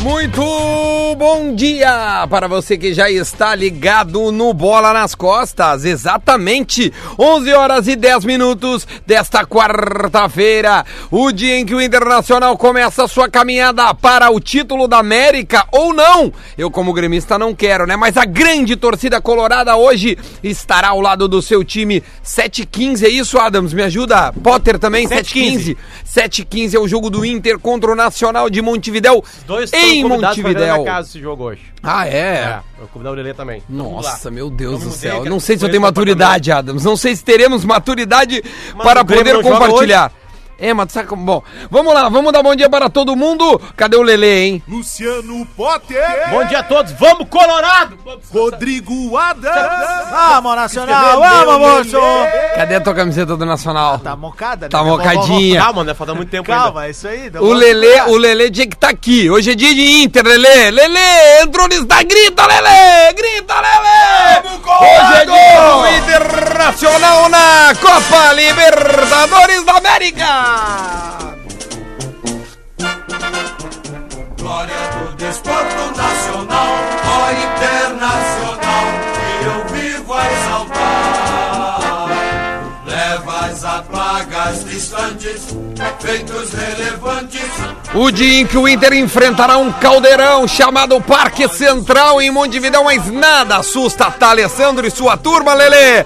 Muito bom dia para você que já está ligado no Bola nas Costas. Exatamente 11 horas e 10 minutos desta quarta-feira, o dia em que o Internacional começa a sua caminhada para o título da América ou não. Eu como gremista não quero, né? Mas a grande torcida colorada hoje estará ao lado do seu time 7h15, é isso, Adams? Me ajuda. Potter também 7h15. 7h15 é o jogo do Inter contra o Nacional de Montevidéu Dois foram em convidados pra ver na Montevidéu. minha casa esse jogo hoje. Ah, é? É, eu convidar o Lelê também. Nossa, Vamos lá. meu Deus me do mudei, céu. cara, Não sei se eu com tenho esse maturidade, Adams. Não sei se teremos maturidade para o Grêmio poder não joga compartilhar. É, mas sabe como. Bom, vamos lá, vamos dar bom dia para todo mundo. Cadê o Lelê, hein? Luciano Potter, Bom dia a todos, vamos Colorado! Vamos. Rodrigo Adams, Vamos, Nacional! Vamos, moço! Cadê a tua camiseta do Ah, Nacional? Tá mocada, né? Tá Vamos, mocadinha. Calma, né? Falta muito tempo vamos. Calma, é isso aí. não O vamos Lelê, misturar. o Lelê tinha que estar aqui. Hoje é dia de Inter, Lelê. Lelê, entrou nisso. Dá, grita, Lelê! Grita, Lelê! Hoje é dia do Internacional na Copa Libertadores da América! glória do desporto nacional, ó internacional, que eu vivo a exaltar. Levas a plagas distantes, feitos relevantes, O dia em que o Inter enfrentará um caldeirão chamado Parque Central em Montevidéu, mas nada assusta Alessandro e sua turma, Lelê.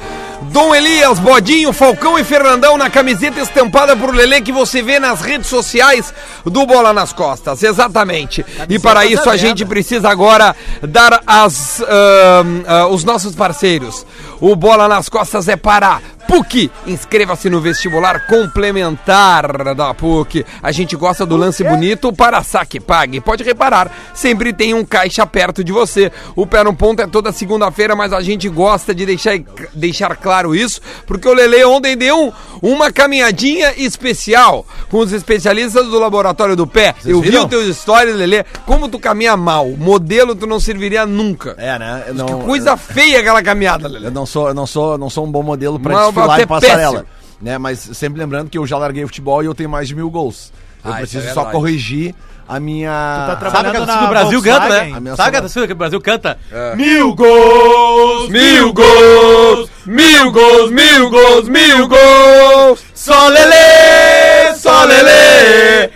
Dom Elias, Bodinho, Falcão e Fernandão na camiseta estampada por Lelê que você vê nas redes sociais do Bola nas Costas. Exatamente. e para isso a zerada. gente precisa agora dar as, ahn, ah, os nossos parceiros. O Bola nas Costas é para PUC. Inscreva-se no vestibular complementar da PUC. A gente gosta do lance bonito para saque pague. Pode reparar, sempre tem um caixa perto de você. O Pé no Ponto é toda segunda-feira, mas a gente gosta de deixar, deixar claro isso, porque o Lele ontem deu uma caminhadinha especial com os especialistas do Laboratório do Pé. Eu vi viram? o teus stories, Lele, como tu caminha mal. Modelo tu não serviria nunca. É, né? Eu não, Que coisa feia aquela caminhada, Lele. eu não sou, eu não sou, não sou um bom modelo pra Mas desfilar você é em passarela. péssimo. Né? Mas sempre lembrando que eu já larguei o futebol e eu tenho mais de mil gols. Eu Ah, isso é preciso só verdade. corrigir a minha. Tu tá Sabe Trabalhando aquela na música que o Brasil Volkswagen. canta, né? Ameaça Sabe aquela não. música que o Brasil canta? É. Mil gols, mil gols, mil gols, mil gols, mil gols. Só Lelê, só Lelê.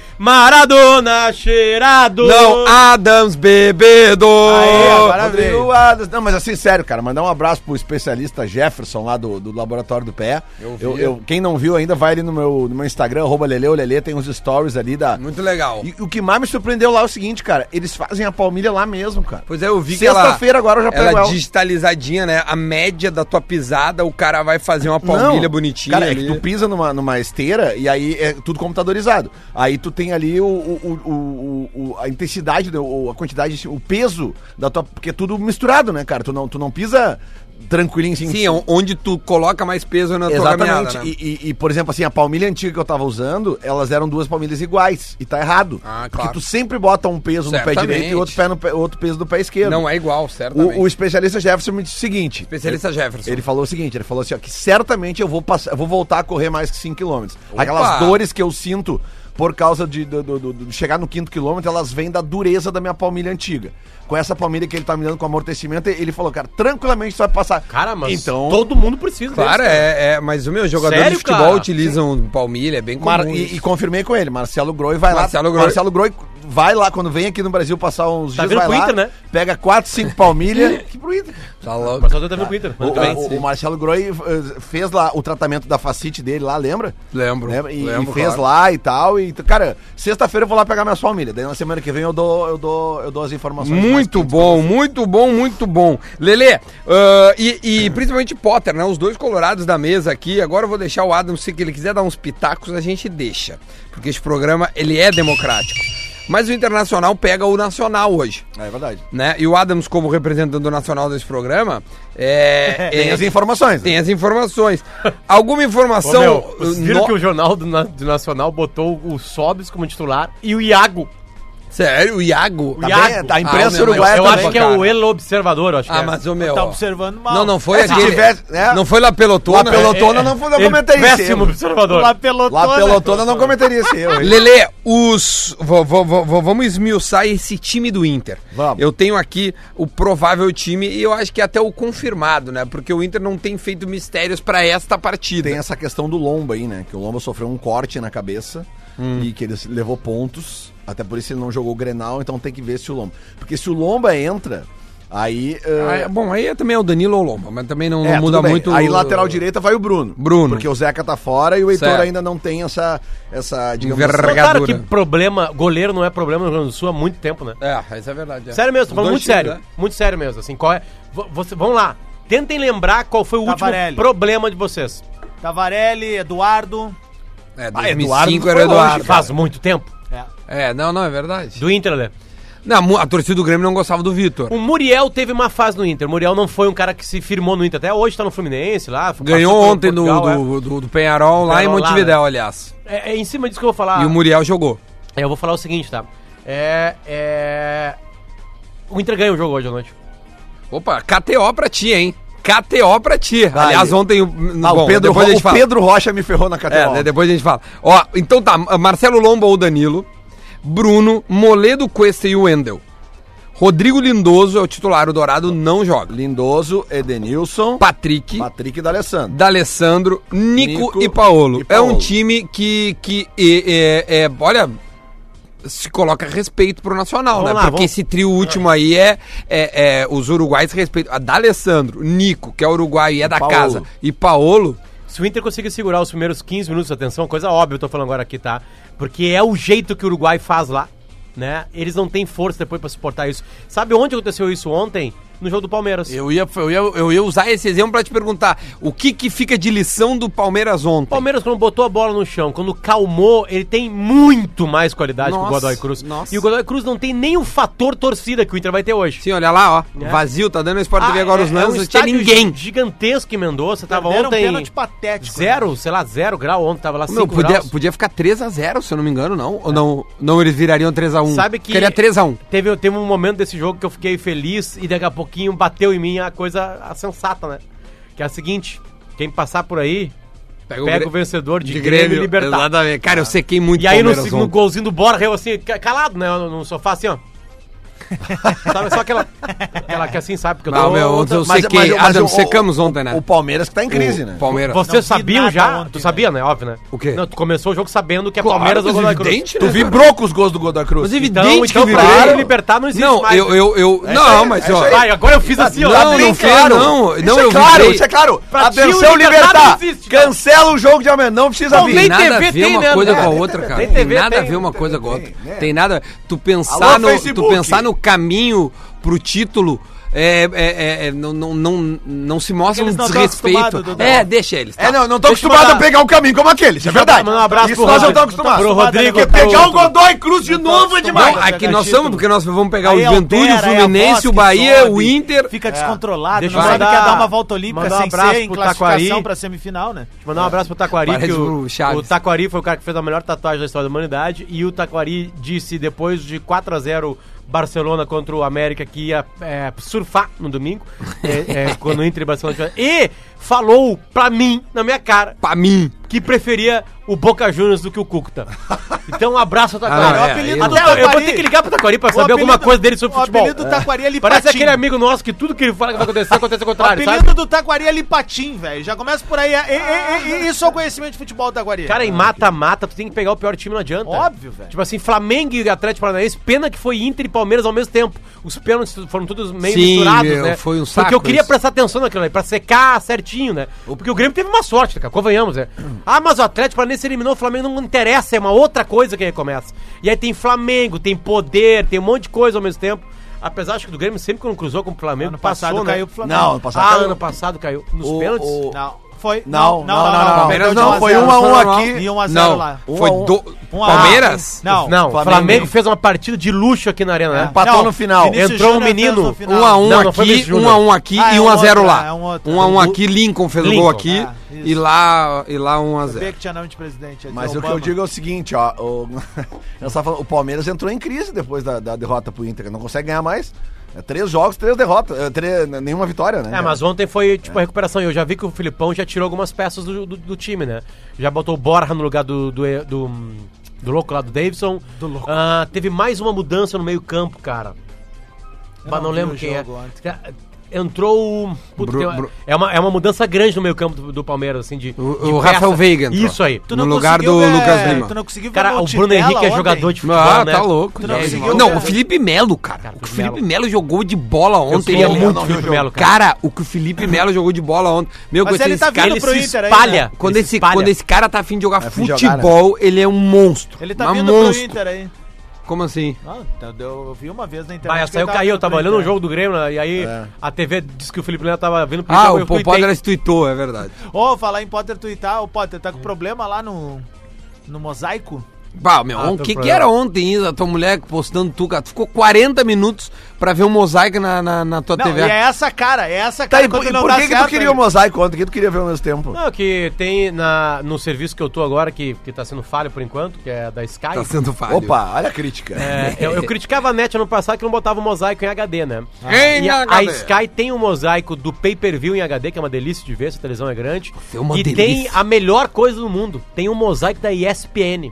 Maradona cheirado. Não, Adams bebedo. Aê, agora Rodrigo veio. Adams. Não, mas assim, sério, cara, mandar um abraço pro especialista Jefferson lá do, do Laboratório do Pé. Eu, eu- quem não viu ainda, vai ali no meu, no meu Instagram, arroba Leleu Lele, tem uns stories ali da. Muito legal. E o que mais me surpreendeu lá é o seguinte, cara, eles fazem a palmilha lá mesmo, cara. Pois é, eu vi que ela... Sexta-feira agora eu já pego Ela ela. digitalizadinha, né? A média da tua pisada, o cara vai fazer uma palmilha Não. bonitinha Cara, ali. é que tu pisa numa, numa esteira e aí é tudo computadorizado. Aí tu tem ali o, o- o- o- o- a intensidade, né, o- a quantidade, o peso da tua. Porque é tudo misturado, né, cara? Tu não, tu não pisa tranquilinho assim. Sim, é onde tu coloca mais peso na tua Exatamente. caminhada, né? E, e- e, por exemplo, assim, a palmilha antiga que eu tava usando, elas eram duas palmilhas iguais. E tá errado. Ah, Porque claro. tu sempre bota um peso no Certamente. pé direito e outro, pé no pé- outro peso no pé esquerdo. Não é igual, certamente. o, o especialista Jefferson me disse o seguinte. Especialista Jefferson. Ele falou o seguinte, ele falou assim, ó, que certamente eu vou passar, eu vou voltar a correr mais que 5 km. Opa! Aquelas dores que eu sinto por causa de, do- do- do- do- de chegar no quinto quilômetro, elas vêm da dureza da minha palmilha antiga. Com essa palmilha que ele tá me dando com amortecimento, ele falou, cara, tranquilamente você vai passar. Cara, mas Então- todo mundo precisa Claro, deles, cara. é, é, mas o meu, os jogadores Sério, de futebol cara? utilizam palmilha, é bem comum. Mar- isso. e, e confirmei com ele, Marcelo Groi vai Marcelo lá. Groi. Marcelo Groi vai lá quando vem aqui no Brasil passar uns Tá dias, vindo vai pro lá, Inter, né? pega 4, 5 palmilha. que pro Inter. Tá louco. Mas só tá vindo pro Inter. O, é, Muito bem. o- o Marcelo Groi eh, fez lá o tratamento da facite dele lá, lembra? Lembro, Lembra? E, lembro, e fez claro. lá e tal. E, cara, sexta-feira eu vou lá pegar minhas palmilhas. Daí na semana que vem eu dou, eu dou, eu dou as informações. Muito mais- bom, muito bom, muito bom. Lelê, ah, e, e principalmente Potter, né? Os dois colorados da mesa aqui. Agora eu vou deixar o Adam, se que ele quiser dar uns pitacos, a gente deixa. Porque esse programa, ele é democrático. Mas o Internacional pega o Nacional hoje, É verdade. né? E o Adams, como representante do Nacional desse programa, é, Tem é- as informações. né? tem as informações. Alguma Ô, informação... meu, vocês viram é, no- que o Jornal do, Na- do Nacional botou o Sobis como titular e o Iago Sério, o Iago? Tá Iago. bem? Tá, a Ah, o imprensa meu, uruguaia eu Eu também. acho que é cara. o El Observador, eu acho que Ah, é. mas o meu. Tá ó. observando mal. Não, não foi Se aquele. tivesse, né? Não foi La Pelotona. é, Lá pelotona não, foi- não Ele- é comentei isso. Péssimo observador. Lá né? pelotona. Lá né? pelotona não cometeria esse erro. hein? Lele, os. vo- vo- vo- vo- vamos esmiuçar esse time do Inter. Vamos. Eu tenho aqui o provável time e eu acho que até o confirmado, né? Porque o Inter não tem feito mistérios pra esta partida. Tem essa questão do Lomba aí, né? Que o Lomba sofreu um corte na cabeça Hum. e que ele levou pontos. Até por isso ele não jogou o Grenal, então tem que ver se o Lomba. Porque se o Lomba entra, aí. ah, Ah, é- bom, aí é também é o Danilo ou o Lomba, mas também não, não É, muda tudo bem. muito. Aí lateral direita vai o Bruno. Bruno. Porque o Zeca tá fora e o Heitor Certo. Um ainda não tem essa, essa digamos Envergadura. Claro que problema, goleiro não é problema no Rio Grande do Sul há muito tempo, né? É, isso é verdade. é. Sério mesmo, tô Os falando dois muito times, sério. né? Muito sério mesmo. Assim, qual é. vo- Você, vamos lá. Tentem lembrar qual foi o Tafarelli. último problema de vocês. Tavarelli, Eduardo. É, Ah, Eduardo 2005 foi era longe, Eduardo. Faz muito tempo. É. É, não, não, é verdade. Do Inter, né? Não, mu- a torcida do Grêmio não gostava do Vitor. O Muriel teve uma fase no Inter. O Muriel não foi um cara que se firmou no Inter. Até hoje tá no Fluminense lá. Ganhou passou pelo ontem do, Portugal, é. do, do- do Penharol lá em Penharol lá, Montevidéu, né? aliás. é. É, é em cima disso que eu vou Ah. falar. E o Muriel jogou. É, Eu vou falar o seguinte, tá? É. é... O Inter ganha o jogo hoje à noite. Opa, KTO pra ti, hein? KTO pra ti. Vai. Aliás, ontem. o Ah, o, Pedro depois Ro- a gente o fala. Pedro Rocha me ferrou na É, categoria. né, depois a gente fala. Ó, então tá, Marcelo Lomba ou Danilo, Bruno, Moledo, Cuesta e Wendel. Rodrigo Lindoso é o titular, o Dourado não joga. Lindoso, Edenilson, Patrick, Patrick e D'Alessandro. D'Alessandro, Nico, Nico e, Paolo. e É um Paolo. time que, que é, é- é- olha, se coloca respeito pro Nacional, Vamos né? lá, Porque vamos- esse trio último aí é, é- é os uruguais respeitam. A D'Alessandro, Nico, que é uruguaio e é da Paolo. casa, e Paolo... Se o Inter conseguir segurar os primeiros 15 minutos, atenção, coisa óbvia eu tô falando agora aqui, tá? Porque é o jeito que o Uruguai faz lá, né? Eles não têm força depois pra suportar isso. Sabe onde aconteceu isso ontem? No jogo do Palmeiras. Eu ia, eu, ia, eu ia usar esse exemplo pra te perguntar o que que fica de lição do Palmeiras ontem? O Palmeiras, quando botou a bola no chão, quando calmou, ele tem muito mais qualidade que o Nossa, Godoy Cruz. nossa. E o Godoy Cruz não tem nem o fator torcida que o Inter vai ter hoje. Sim, olha lá, ó. É. Vazio, tá dando no Sport TV Ah, agora os lances, não tinha estádio ninguém. gigantesco em Mendoza, Tá tava Perderam um ontem pênalti patético. zero, sei lá, zero grau ontem, tava lá Meu, cinco podia, graus. podia ficar 3x0, se eu não me engano, não. Ou não, não eles virariam 3x1. Sabe que Hum. Queria 3x1. Teve, teve um momento desse jogo que eu fiquei feliz e daqui a pouquinho bateu em mim a coisa a sensata, né? Que é a seguinte, quem passar por aí, Pega pega Gre- o vencedor de, Grêmio, e Libertar. Exatamente. Cara, eu sequei muito E aí no, Palmeiras no ontem. golzinho do Borja, eu assim, ca- calado, né, no, no sofá, assim, ó. sabe, só aquela, aquela que assim, sabe? Porque eu Ah, meu, ontem eu Mas- sequei. mas- mas Adam, o- secamos ontem, né? O Palmeiras que tá em crise, né? O Palmeiras. Não Vocês vi sabiam nada já? ontem, tu sabia, né? Óbvio, né? O quê? Não, tu começou o jogo sabendo que é Claro, Palmeiras ou mas Godoy Cruz. evidente, Tu vibrou com os gols do Godoy Cruz. Mas evidente Então, então que pra vibraram. ele libertar não existe Não, mais. eu... eu, eu não, mas, ó... Vai, agora eu fiz assim, ó. Não, Tá bem não fez, não. Isso Não, é eu claro, vibrei. isso é claro. Pra ti, o Atenção, Libertar Libertar. não existe, cara. Cancela o jogo de amanhã. Não precisa Não, vir. tem nem nada TV a ver tem, uma né? coisa É, com a outra, cara. tem Tem, TV nada a tem, ver uma coisa com a outra. Tem nada. Tu Alô, pensar, no, tu Facebook. pensar no caminho pro título. É, é, é, é, não, não, não, não se mostra um Eles não tão desrespeito. acostumados, Dudu. É, deixa eles. É, não, não tô Deixa eu acostumado a mandar- pegar um caminho como aquele, isso é verdade. Manda um abraço isso nós Rodrigo. não estamos acostumados. Pro Rodrigo, Porque pegar pro- o Godoy Cruz de novo é demais. Não, aqui nós somos, porque nós vamos pegar o Aí Juventude, o altera, aí a voz Fluminense, que o Bahia, sobe, o Inter. Fica descontrolado, Deixa não eu sabe mandar- que ia dar uma volta olímpica mandar um sem abraço ser em pro classificação Taquari. pra semifinal, né? Deixa eu mandar um abraço pro Taquari, Parece que o o, Chaves. o Taquari foi o cara que fez a melhor tatuagem da história da humanidade. E o Taquari disse, depois de 4x0 Barcelona contra o América, que ia é, surfar no domingo, é, é, quando o Inter e Barcelona tiver- E falou pra mim, na minha cara, Pra mim. que preferia o Boca Juniors do que o Cúcuta. Então, um abraço ao Ah, não, Taquari. é, aí não Até eu, eu vou ter que ligar pro Taquari pra O saber alguma apelido- coisa dele sobre o futebol. apelido do Taquari é Lipatim. Parece aquele amigo nosso que tudo que ele fala que vai acontecer, acontece ao O contrário, apelido sabe? do Taquari é Lipatim, velho. Já começa por aí. É- é- é- é- Isso é o conhecimento de futebol do Taquari. Cara, em mata-mata, tu tem que pegar o pior time, não adianta. Óbvio, velho. Tipo assim, Flamengo e Atlético Paranaense, pena que foi Inter e Palmeiras ao mesmo tempo. Os pênaltis foram todos meio Sim, misturados, meu, né? foi um Porque eu saco queria isso. prestar atenção naquilo aí, pra secar certinho, né? Porque o Grêmio teve uma sorte, cara, convenhamos, né? Ah, mas o Atlético Paranaense eliminou o Flamengo, não interessa, é uma outra coisa que recomeça. E aí tem Flamengo, tem poder, tem um monte de coisa ao mesmo tempo. Apesar, acho que do Grêmio sempre quando cruzou com o Flamengo, Ano passado passou, né? caiu pro Flamengo. Não, ano passado Ah, caiu. ano passado caiu. Nos O- pênaltis? o- Não. Foi. Não, não, não, não, Palmeiras Perdeu de não, a foi zero. 1 a 1 aqui. E 1 a 0 Não, lá. Um foi a um. do... Um a um. Palmeiras? Não. É. Não, o Flamengo. Flamengo fez uma partida de luxo aqui na Arena, né? Empatou Não, no final. Vinícius Entrou um Júnior fez menino, no final. Um a um Não, não foi aqui, Vinícius um Júnior. a um aqui Ah, e é um a um zero outro, lá. é um outro. Um a um aqui, Lincoln fez o gol Lincoln, aqui é, e isso. lá e lá um a Sabia zero. que tinha nome de presidente. Mas é o que eu Obama. digo é o seguinte, ó. O, eu só falo, o Palmeiras entrou em crise depois da, da derrota pro Inter. Não consegue ganhar mais. É três jogos, três derrotas. é, três- nenhuma vitória, né? É, mas ontem foi tipo a recuperação. E eu já vi que o Filipão já tirou algumas peças do, do- do time, né? Já botou o Borja no lugar do, do, do, do louco lá do Davidson. Do louco. Ah, teve mais uma mudança no meio-campo, cara. Eu Mas não, não vi lembro o quem é. jogo ontem. Ca- Entrou o. Puta, Bru- tem uma- Bru- é, uma, é uma mudança grande no meio-campo do, do Palmeiras, assim, de. O- de o Rafael peça. Veiga entrou. Isso aí. no lugar conseguiu do ver- Lucas Lima. Tu não conseguiu ver Cara, o Bruno Nutella Henrique é ontem? jogador de futebol. Ah, né? tá louco. Tu não né? conseguiu, não, cara. o Felipe Melo, cara. Cara, O Felipe Felipe Melo jogou de bola Eu sou ontem. louco é muito- do Felipe Melo, cara. Cara, o que o Felipe Melo jogou de bola ontem. Meu, Mas que ele esse tá cara, vindo ele pro se Inter aí, espalha. né? Quando Ele esse, espalha. quando esse cara tá afim de jogar É afim de jogar, futebol, ele é um monstro. Ele tá Mas vindo pro monstro. Inter aí. Como assim? Ah, então eu eu vi uma vez na internet. Bah, que essa aí eu ele tava caí, eu vindo tava pro olhando o Inter. jogo do Grêmio né? e aí É. a TV disse que o Felipe Melo tava vindo pro Ah, jogo, o eu Paul tuitei. Potter se tweetou, é verdade. Ô, falar em Potter twittar, o Potter tá com problema lá no. No mosaico? Bah, meu, Ah, o tem que, um que problema. era ontem isso, a tua mulher postando tu, cara? Tu ficou 40 minutos pra ver um mosaico na, na, na tua Não, TV. e é essa cara, é essa Tá, cara. e por, quando e não por dá que, que tu certo, queria o né? mosaico ontem? O que tu queria ver ao mesmo tempo? Não, que tem na, no serviço que eu tô agora, que, que tá sendo falho por enquanto, que é da Sky. Tá sendo falho. Opa, olha a crítica. É, eu, eu criticava a NET ano passado que não botava o mosaico em HD, né? Em E a, a HD. Sky tem um mosaico do pay-per-view em HD, que é uma delícia de ver, se a televisão é grande. É uma e tem delícia. a melhor coisa do mundo, tem um mosaico da ESPN.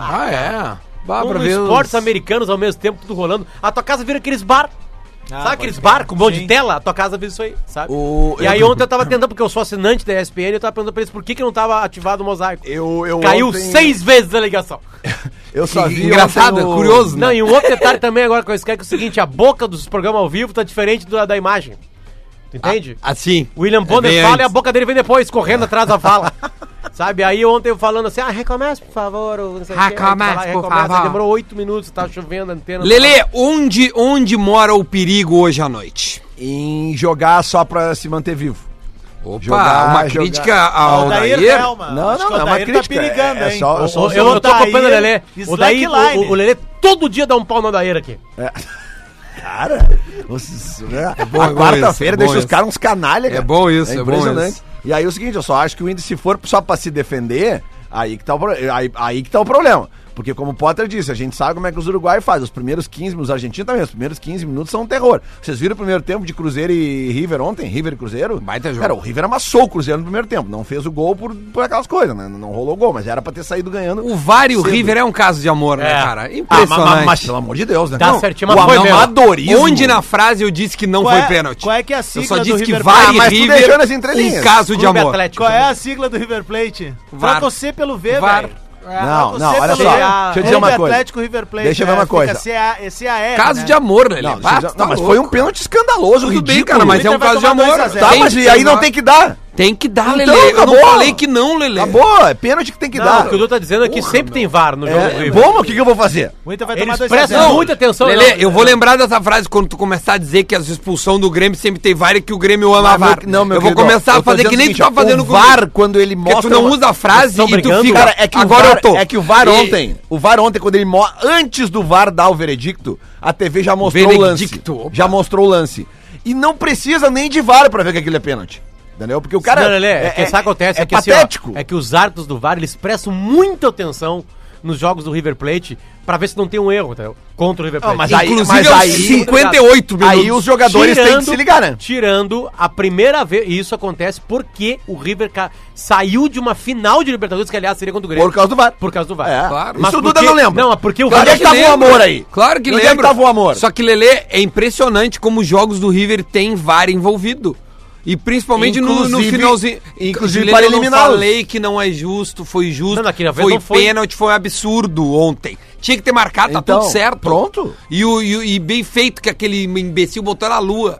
Ah, é? Um Bah, pra Com ver os- esportes americanos ao mesmo tempo, tudo rolando. A tua casa vira aqueles bar. sabe aqueles bar com um monte de Sim. tela? A tua casa vira isso aí, sabe? O- E eu- aí ontem eu tava tentando, porque eu sou assinante da ESPN, eu tava perguntando pra eles por que, que não tava ativado o mosaico. Eu, eu Caiu ontem- seis vezes a ligação. Eu só Que vi engraçado, ontem é curioso. Não, e um outro detalhe também agora com a Sky que é o seguinte, a boca dos programas ao vivo tá diferente da, da imagem. Tu entende? Assim. O William Bonner bem fala e antes. a boca dele vem depois, correndo atrás da fala. Sabe? Aí ontem eu falando assim, ah, recomeça, por favor. ou Não sei o quê. Aí tu vai lá, Recomeça, por recomeça. favor. Demorou oito minutos, tá chovendo a antena. Lele, onde, onde mora o perigo hoje à noite? em jogar só pra se manter vivo. Opa, Jogar, uma jogar. crítica ao Aldair Dair. Velma. Ah, Não, Acho que o não, não, é uma Aldair crítica, Tá perigando, é- é hein? só- eu só- tá Eu, eu, eu tô Aldair, acompanhando o Lelê. O, Daí, slackline. o, o Lelê todo dia dá um pau no Daíra aqui. Cara, vocês- né? bom, é bom a isso, quarta-feira é deixa bom os caras uns canalha, cara. É bom isso, é bom isso. E aí é o seguinte, eu só acho que o índice, se for só pra se defender, aí que tá o, pro- aí, aí que tá o problema. Porque como o Potter disse, a gente sabe como é que os uruguaios fazem. Os primeiros 15 minutos, os argentinos também, os primeiros 15 minutos são um terror. Vocês viram o primeiro tempo de Cruzeiro e River ontem? River e Cruzeiro? Baita jogo. Cara, o River amassou o Cruzeiro no primeiro tempo. Não fez o gol por, por aquelas coisas, né? Não rolou gol, mas era pra ter saído ganhando. O VAR e o Cedo. River é um caso de amor, né, É. cara? Ah, mas, Impressionante. mas, mas, pelo amor de Deus, né? Tá Não, certinho, o mas foi mesmo. amadorismo. Onde na frase eu disse que não Qual foi é- pênalti? qual é que é a sigla Eu só do disse que River VAR Plate? e Ah, mas tu River deixou nas entrelinhas. um caso de Clube amor. Atlético. Tipo Qual é a assim. sigla do River Plate? VAR. Troca o C pelo V, VAR. velho. Não, não, pelo- olha só. Deixa eu dizer Clube uma coisa. Atlético River Plate. Deixa eu ver né? uma Fica coisa. CA, CAR, Caso né? de amor, Lelê. Não, Bah, isso já- tu não, tá mas louco. foi um pênalti escandaloso, Tudo bem, ridículo. cara, mas é Inter um vai caso de tomar amor. 2 a 0. Tá, Tem mas que e aí não tomar. tem que dar. Tem que dar, Então, Lelê. Eu não acabou. falei que não, Lelê. Acabou, é pênalti que tem que Não, dar. o que o Dudu tá dizendo é que sempre tem VAR no jogo do É, River. bom, mas o que, que eu vou fazer? O Inter vai tomar Eles 2 prestam muita atenção. Lelê, não. eu vou lembrar dessa frase quando tu começar a dizer que as expulsões do Grêmio sempre tem VAR e que o Grêmio ama Mas, meu- VAR. não, meu eu vou querido, começar a eu tô fazer dizendo que o nem tu seguinte, tá ó, fazendo o o Vар quando ele Porque mostra tu não uma- usa a frase e Vocês tão tu brigando? fica. Cara, é que Agora o VAR, eu tô. É que o VAR E- ontem, o VAR ontem, quando ele mo- antes do VAR dar o veredicto, a TV já mostrou Veredicto, o lance. opa. Já mostrou o lance. E não precisa nem de VAR pra ver que aquilo é pênalti. Entendeu? Porque o cara. Não, Lelê, é, que sabe o que acontece? É, que assim, ó, patético. é que os árbitros do VAR, eles prestam muita atenção nos jogos do River Plate pra ver se não tem um erro, entendeu? Contra o River Plate. mas E aí- é Inclusive mas aos aí- 58 minutos. Aí os jogadores têm que se ligar, né? Tirando a primeira vez, e isso acontece porque o River ca- saiu de uma final de Libertadores, que aliás seria contra o Grêmio. Por causa do VAR. Por causa do Var. É, claro. Mas Isso o porque- Duda não lembra. Não, mas porque o Claro Claro Onde é River... que tava o lembro. amor aí? Claro que Onde é lembro. que tava o amor? Só que, Lelê, é impressionante como os jogos do River têm VAR envolvido. E principalmente no, no Inclusive- finalzinho. inclusive Lelê, para eu não eliminá-los. falei que não é justo, foi justo. Não, naquela vez foi não foi. pênalti, foi um absurdo ontem. Tinha que ter marcado, tá Então, tudo certo. pronto. E, o, e, o- e bem feito que aquele imbecil botou na lua.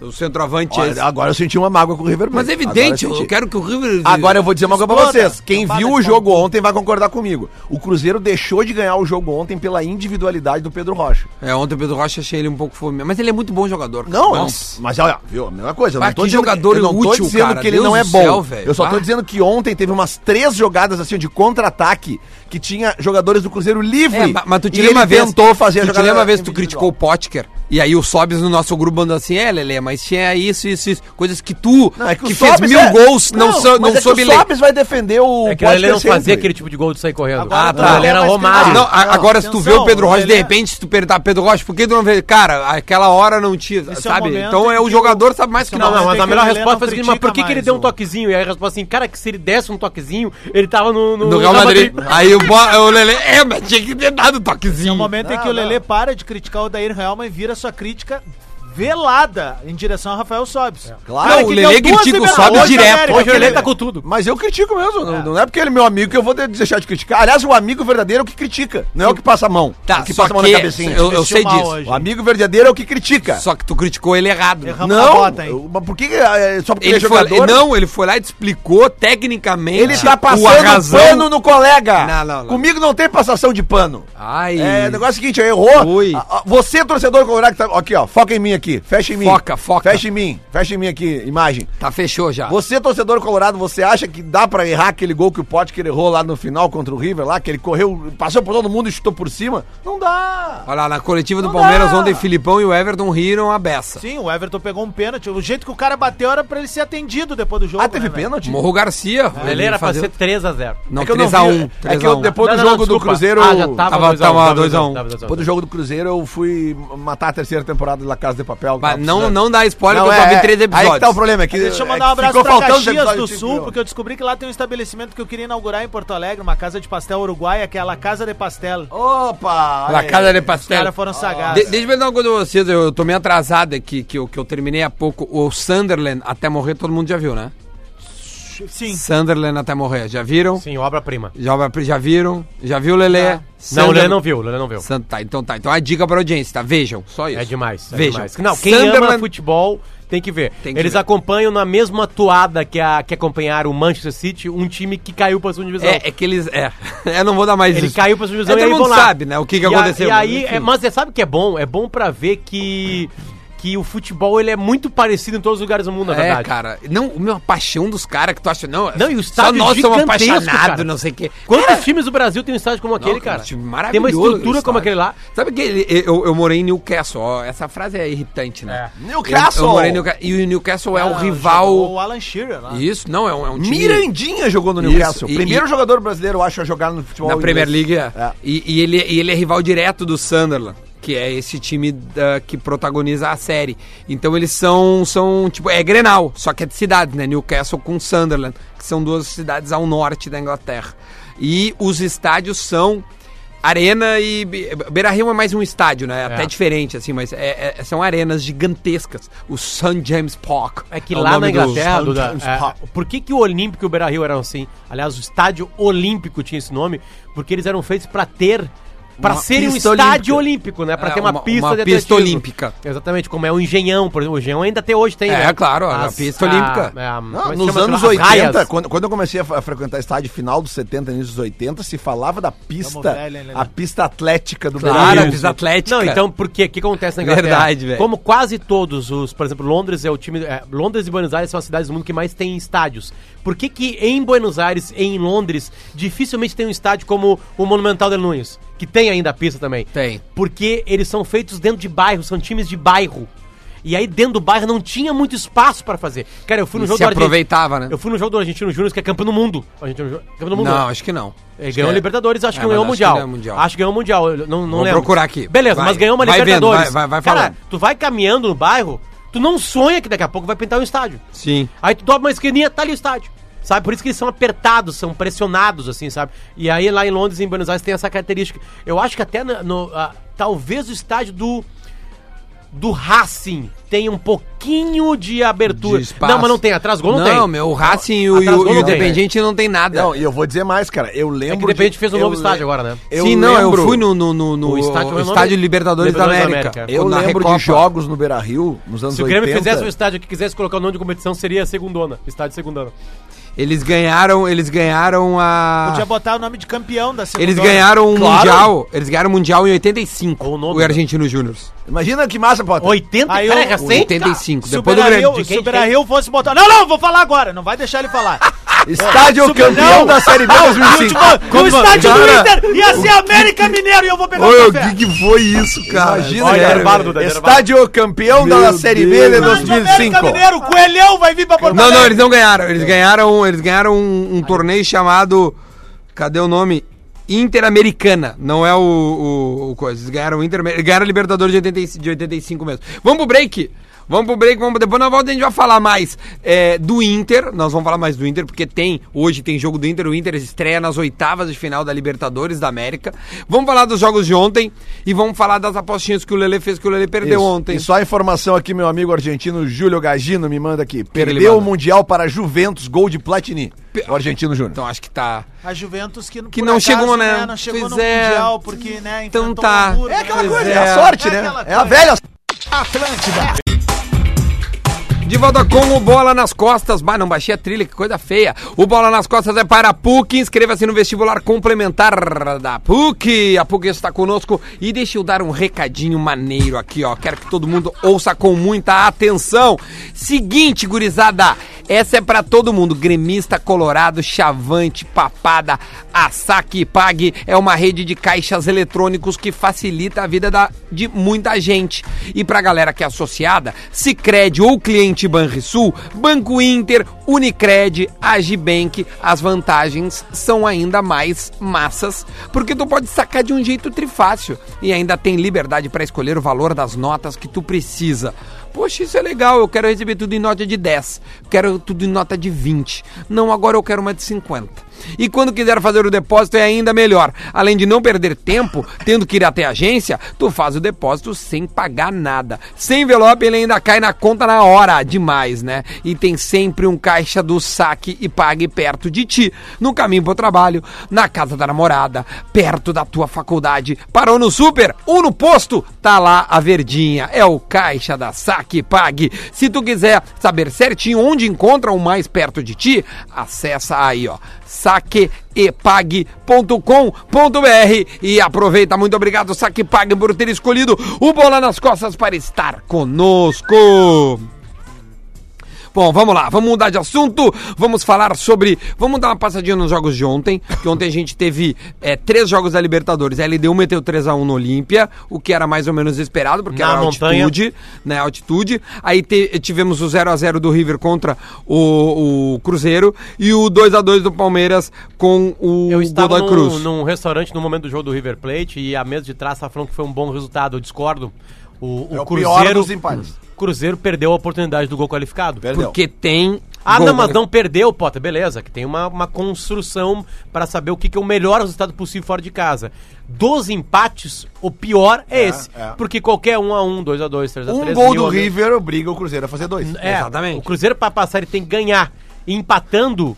o centroavante. esse. Olha, agora eu senti uma mágoa com o River Plate. Mas é evidente, agora eu senti. quero que o River. Agora eu vou dizer uma coisa pra Exploda. vocês. Quem Cambada viu de o jogo ontem vai concordar comigo. O Cruzeiro deixou de ganhar o jogo ontem pela individualidade do Pedro Rocha. É, ontem o Pedro Rocha achei ele um pouco fome. Mas ele é muito bom jogador. cara. Não, Bom. mas, mas olha, viu? A mesma coisa. Eu Bah, não tô que dizendo, jogador eu não tô inútil, dizendo cara. que ele Deus não é do bom. céu, velho. eu só tô Bah. dizendo que ontem teve umas três jogadas assim de contra-ataque que tinha jogadores do Cruzeiro livre. É, ma- mas tu te e lembra ele uma vez, tentou fazer tu a te jogada. lembra uma vez que tu individual. criticou o Potker, e aí o Sobs no nosso grupo mandou assim, é Lelê, mas tinha isso, isso, isso, coisas que tu, Não, é que, que, o fez Sobis mil é- gols, não, não, sou- mas não é que soube o ler. Sobis vai defender o É que ele não Potker sempre. fazia aquele tipo de gol de sair correndo. Agora ah, não, tá. Ele era mas- Romário. Ah, não, a- não, agora se tu vê o atenção, Pedro Rocha, de Lelê- repente, se tu perguntar, Pedro Rocha, por que tu não vê? Cara, aquela hora não tinha, é o sabe? momento então é em o que jogador o- sabe mais que esse é o nós. Não, não, mas a Tem que melhor o Lelê resposta não foi o seguinte, mas por que, que ele critica deu um mais o- toquezinho? E aí a resposta assim, cara, que se ele desse um toquezinho, ele tava no, No Real Madrid. Aí o, Bo- o Lelê, é, mas tinha que ter dado o toquezinho. É o momento em Não, que o Lelê não. para de criticar o Daír Helma e vira sua crítica velada em direção ao Rafael Sobis. É. Claro, Não, o Lelê critica o sobe Sobs direto. Hoje o Lelê Lelê tá com tudo. Mas eu critico mesmo, não- não é porque ele é meu amigo que eu vou de- deixar de criticar. Aliás, o amigo verdadeiro é o que critica, não é o que passa a mão. Tá, o que só passa a mão que na cabecinha. eu, eu Vestiu sei mal disso. hoje. O amigo verdadeiro é o que critica. Só que tu criticou ele errado. né? Errado. não, bota, hein? eu- mas por que que, é, só porque Ele foi, não, ele foi lá e te explicou tecnicamente. Ele tá a passando razão- pano no colega. Não, não, não. Ah, Comigo não tem passação de pano. Ai. É, o negócio é o seguinte, errou. Ui. A- a- Você, torcedor colorado, que tá, aqui, ó, foca em mim aqui, fecha em mim. Foca, foca. Fecha em mim, fecha em mim aqui, imagem. Tá, fechou já. Você, torcedor colorado, você acha que dá pra errar aquele gol que o Potker errou lá no final contra o River, lá, que ele correu, passou por todo mundo e chutou por cima? Não dá! Olha lá, na coletiva do Não Palmeiras dá. ontem, Filipão e o Everton riram a beça. Sim, o Everton pegou um pênalti. O jeito que o cara bateu era pra ele ser atendido depois do jogo. Ah, teve né, velho? pênalti? Morro Garcia. O Lelê era pra ser 3x0. Não, Ah, É que eu não vi, 3x1. é que eu depois- do jogo do Cruzeiro- Ah, já Tava- tá. tava 2x1. tava 2x1. Tava 2x1. Tava 2x1. Depois do jogo do Cruzeiro, eu fui matar a terceira temporada da La Casa de Papel. que tava Não, precisando. não dá spoiler, Não, que eu só é, vi três é. episódios. Aí que tá o problema, é que, Deixa eu é mandar um que abraço ficou pra faltando os Caxias do episódios, Sul, porque eu descobri que lá tem um estabelecimento que eu queria inaugurar em Porto Alegre, uma casa de pastel uruguaia, que é a La Casa de Pastel. Opa! é. La aí. Casa de Os Pastel. caras foram De- sagados. deixa eu perguntar uma coisa pra vocês, eu, eu tô meio atrasado aqui, que eu, que eu terminei há pouco. O Sunderland até morrer, todo mundo já viu, né? Sim. Sunderland até morrer, já viram? Sim, obra-prima. Já, já viram? Já viu, Lelê? Já. Não, o Lelê Sunderland- não viu, o Lelê não viu. Sant- Tá, então tá. Então é a dica pra audiência, tá? Vejam, só isso. É demais. É Vejam. demais. Não, quem ama Sunderland- futebol tem que ver. Tem que Eles ver. acompanham na mesma toada que, a, que acompanharam o Manchester City, um time que caiu pra segunda divisão. É, é que eles. É, eu não vou dar mais Ele isso. caiu pra segunda divisão É, e todo aí mundo vão lá. sabe, né, o que que E a- aconteceu, E aí, enfim. é, mas você sabe que é bom? É bom pra ver que, que o futebol ele é muito parecido em todos os lugares do mundo, na É, verdade. cara. Não, o meu a paixão dos caras que tu acha, não. Não, e o estádio Só nós somos gigantesco, apaixonados, cara. não sei o quê. Quantos Cara, times do Brasil tem um estádio como aquele, É. não, cara? um time Tem uma maravilhoso estrutura como estádio. aquele lá. Sabe que ele- eu, eu morei em Newcastle, ó, essa frase é irritante, né? É. Eu, Newcastle! eu morei em Newcastle, e o Newcastle é o Ah, jogou rival. O Alan Shearer lá. Isso, não, é um, é um time. Mirandinha jogou no Isso, Newcastle. e- Primeiro e- jogador brasileiro, eu acho, a jogar no futebol Na Premier inglês. League, é. É. E, e ele, e ele é rival direto do Sunderland, que é esse time da- que protagoniza a série. Então eles são, são, tipo, é Grenal, só que é de cidades, né? Newcastle com Sunderland, que são duas cidades ao norte da Inglaterra. E os estádios são Arena e... Be- Beira-Rio é mais um estádio, né? Até É. diferente, assim, mas é- é- são arenas gigantescas. O St. James Park. É que o lá nome na do- Inglaterra, St. Duda, James' é, Park. por que, que o Olímpico e o Beira Rio eram assim? Aliás, o estádio olímpico tinha esse nome, porque eles eram feitos pra ter. Pra Uma serem um pista olímpica. estádio olímpico, né? Pra É, ter uma, uma- pista uma de pista atletismo. olímpica. Exatamente, como é o Engenhão, por exemplo. O Engenhão ainda até hoje tem. É, claro, a pista olímpica. é, a- Não, como é que nos chama anos aquilo? As 80, raias. quando, quando eu comecei a, fre- a frequentar estádio final dos 70, início dos 80, se falava da pista, velho, hein, Lelê? a pista atlética do Claro, a Brasil. pista atlética. Não, então, porque o que acontece na Inglaterra? Verdade, velho. Como quase todos os, por exemplo, Londres é o time, é, Londres e Buenos Aires são as cidades do mundo que mais tem estádios. Por que que em Buenos Aires e em Londres dificilmente tem um estádio como o Monumental de Nunes, que tem ainda a pista também? Tem. Porque eles são feitos dentro de bairro, são times de bairro. E aí dentro do bairro não tinha muito espaço pra fazer. Cara, eu fui no E jogo se Argen- aproveitava, né? Eu fui no jogo do Argentino Júnior, que é campeão do mundo. Argentino Júnior, campeão do mundo. né? Não, acho que não. Ele Acho ganhou que a é- Libertadores, acho É, que ganhou o mas acho mundial. que ganhou o Mundial. Acho que ganhou o Mundial, eu não, não Vou lembro. procurar aqui. Beleza, Vai. mas ganhou uma Vai vendo, Libertadores. vai- vai- vai Cara, falando. tu vai caminhando no bairro, tu não sonha que daqui a pouco vai pintar um estádio. Sim. Aí tu dobra uma esquininha, tá ali o estádio. Sabe? Por isso que eles são apertados, são pressionados, assim, sabe? E aí lá em Londres e em Buenos Aires tem essa característica. Eu acho que até na- no, ah, talvez o estádio do do Racing tem um pouquinho de abertura. De espaço. não, mas não tem. Atrás gol não, tem. É Não, meu, o Racing e o, e Atrás o, gol e o não tem. Independiente não tem nada. Não, e eu vou dizer mais, cara. Eu lembro. É que de repente fez um eu novo le- estádio agora, né? Eu Sim, não, lembro- eu fui no, no, no, no O estádio- estádio, o nome- Libertadores, Libertadores da da América. América. Eu na lembro Recopa. de jogos no Beira Rio, nos anos Se o Grêmio 80. fizesse um estádio que quisesse colocar o nome de competição, seria segundona. Estádio segundona. Eles ganharam, eles ganharam a. Podia botar o nome de campeão da segunda. Eles ganharam um Claro. Mundial. Eles ganharam o Mundial em 85. Ou o nome, o Argentino Júnior. Imagina que massa, Potter. 80? Aí cara, eu- é recente? 85. Se o Depois do Beira-Rio- Grêmio. se o Beira-Rio fosse botar... Não, não, vou falar agora. Não vai deixar ele falar. Estádio campeão da Série B 2005. Ah, o estádio do Cara, Inter ia ser América Mineiro e eu vou pegar o Ô, assim? o café. que, que foi isso, cara? Imagina, Olha, cara, Eduardo, velho. Estádio campeão da Meu Série Deus. B de Estádio América 2005. Mineiro, Coelhão vai vir pra Porto Não, não, Alegre. eles não ganharam. Eles ganharam, eles ganharam um, um torneio chamado. Cadê o nome? Interamericana. Não é o, o, o coisa. Eles ganharam o Inter, eles ganharam a Libertadores de, 80, de 85 mesmo. Vamos pro break. Vamos pro break, vamos, depois na volta a gente vai falar mais é, do Inter. Nós vamos falar mais do Inter, porque tem, hoje tem jogo do Inter. O Inter estreia nas oitavas de final da Libertadores da América. Vamos falar dos jogos de ontem e vamos falar das apostinhas que o Lele fez, que o Lele perdeu Isso. ontem. E só a informação aqui, meu amigo argentino Júlio Gagino me manda aqui. ele Perdeu o manda? Mundial para Juventus, gol de Platini. O argentino Júnior. Então acho que tá. A Juventus que, Que por não chegou, né? Não chegou no Pois é. Mundial, porque, né? Então enfrentou tá. o Hamburgo, É aquela né? coisa, É a sorte, né? aquela É a coisa. velha De volta com o Bola nas Costas. Bah, não baixei a trilha, que coisa feia. O Bola nas Costas é para a PUC. Inscreva-se no vestibular complementar da PUC. A PUC está conosco. E deixa eu dar um recadinho maneiro aqui, ó. Quero que todo mundo ouça com muita atenção. Seguinte, gurizada. Essa é para todo mundo. Gremista, colorado, chavante, papada, a saque e pague. É uma rede de caixas eletrônicos que facilita a vida da- de muita gente. E pra galera que é associada, Sicredi ou cliente Banrisul, Banco Inter, Unicred, Agibank, as vantagens são ainda mais massas, porque tu pode sacar de um jeito trifácil e ainda tem liberdade para escolher o valor das notas que tu precisa. Poxa, isso é legal, eu quero receber tudo em nota de 10, quero tudo em nota de 20. Não, agora eu quero uma de 50. E quando quiser fazer o depósito é ainda melhor. Além de não perder tempo, tendo que ir até a agência, tu faz o depósito sem pagar nada. Sem envelope, ele ainda cai na conta na hora. Demais, né? E tem sempre um caixa do saque e pague perto de ti. No caminho pro trabalho, na casa da namorada, perto da tua faculdade. Parou no super ou no posto, tá lá a verdinha. É o caixa da saque e pague. Se tu quiser saber certinho onde encontra o mais perto de ti, acessa aí, ó. saqueepag.com.br e aproveita. Muito obrigado, Saque e Pague, por ter escolhido o Bola nas Costas para estar conosco. Bom, vamos lá, vamos mudar de assunto, vamos falar sobre. Vamos dar uma passadinha nos jogos de ontem, que ontem a gente teve é, três jogos da Libertadores. A LDU meteu 3x1 no Olímpia, o que era mais ou menos esperado, porque Na era montanha. altitude, né? Altitude. Aí te- tivemos o 0x0 do River contra o, o Cruzeiro e o 2x2 do Palmeiras com o Eu Godoy estava num, Cruz. num restaurante no momento do jogo do River Plate e a mesa de trás tá falando que foi um bom resultado. Eu discordo. O, o É o pior Cruzeiro, dos empates. Cruzeiro perdeu a oportunidade do gol qualificado. Perdeu. Porque tem. Ah, gol, não, mas né? não perdeu, Potter. Beleza, que tem uma, uma construção para saber o que, que é o melhor resultado possível fora de casa. Dos empates, o pior é, esse. é. Porque qualquer 1 a 1 2 a 2 3 a 3 Um gol mil do a mil- River obriga o Cruzeiro a fazer dois. É, Exatamente. O Cruzeiro para passar ele tem que ganhar. E empatando,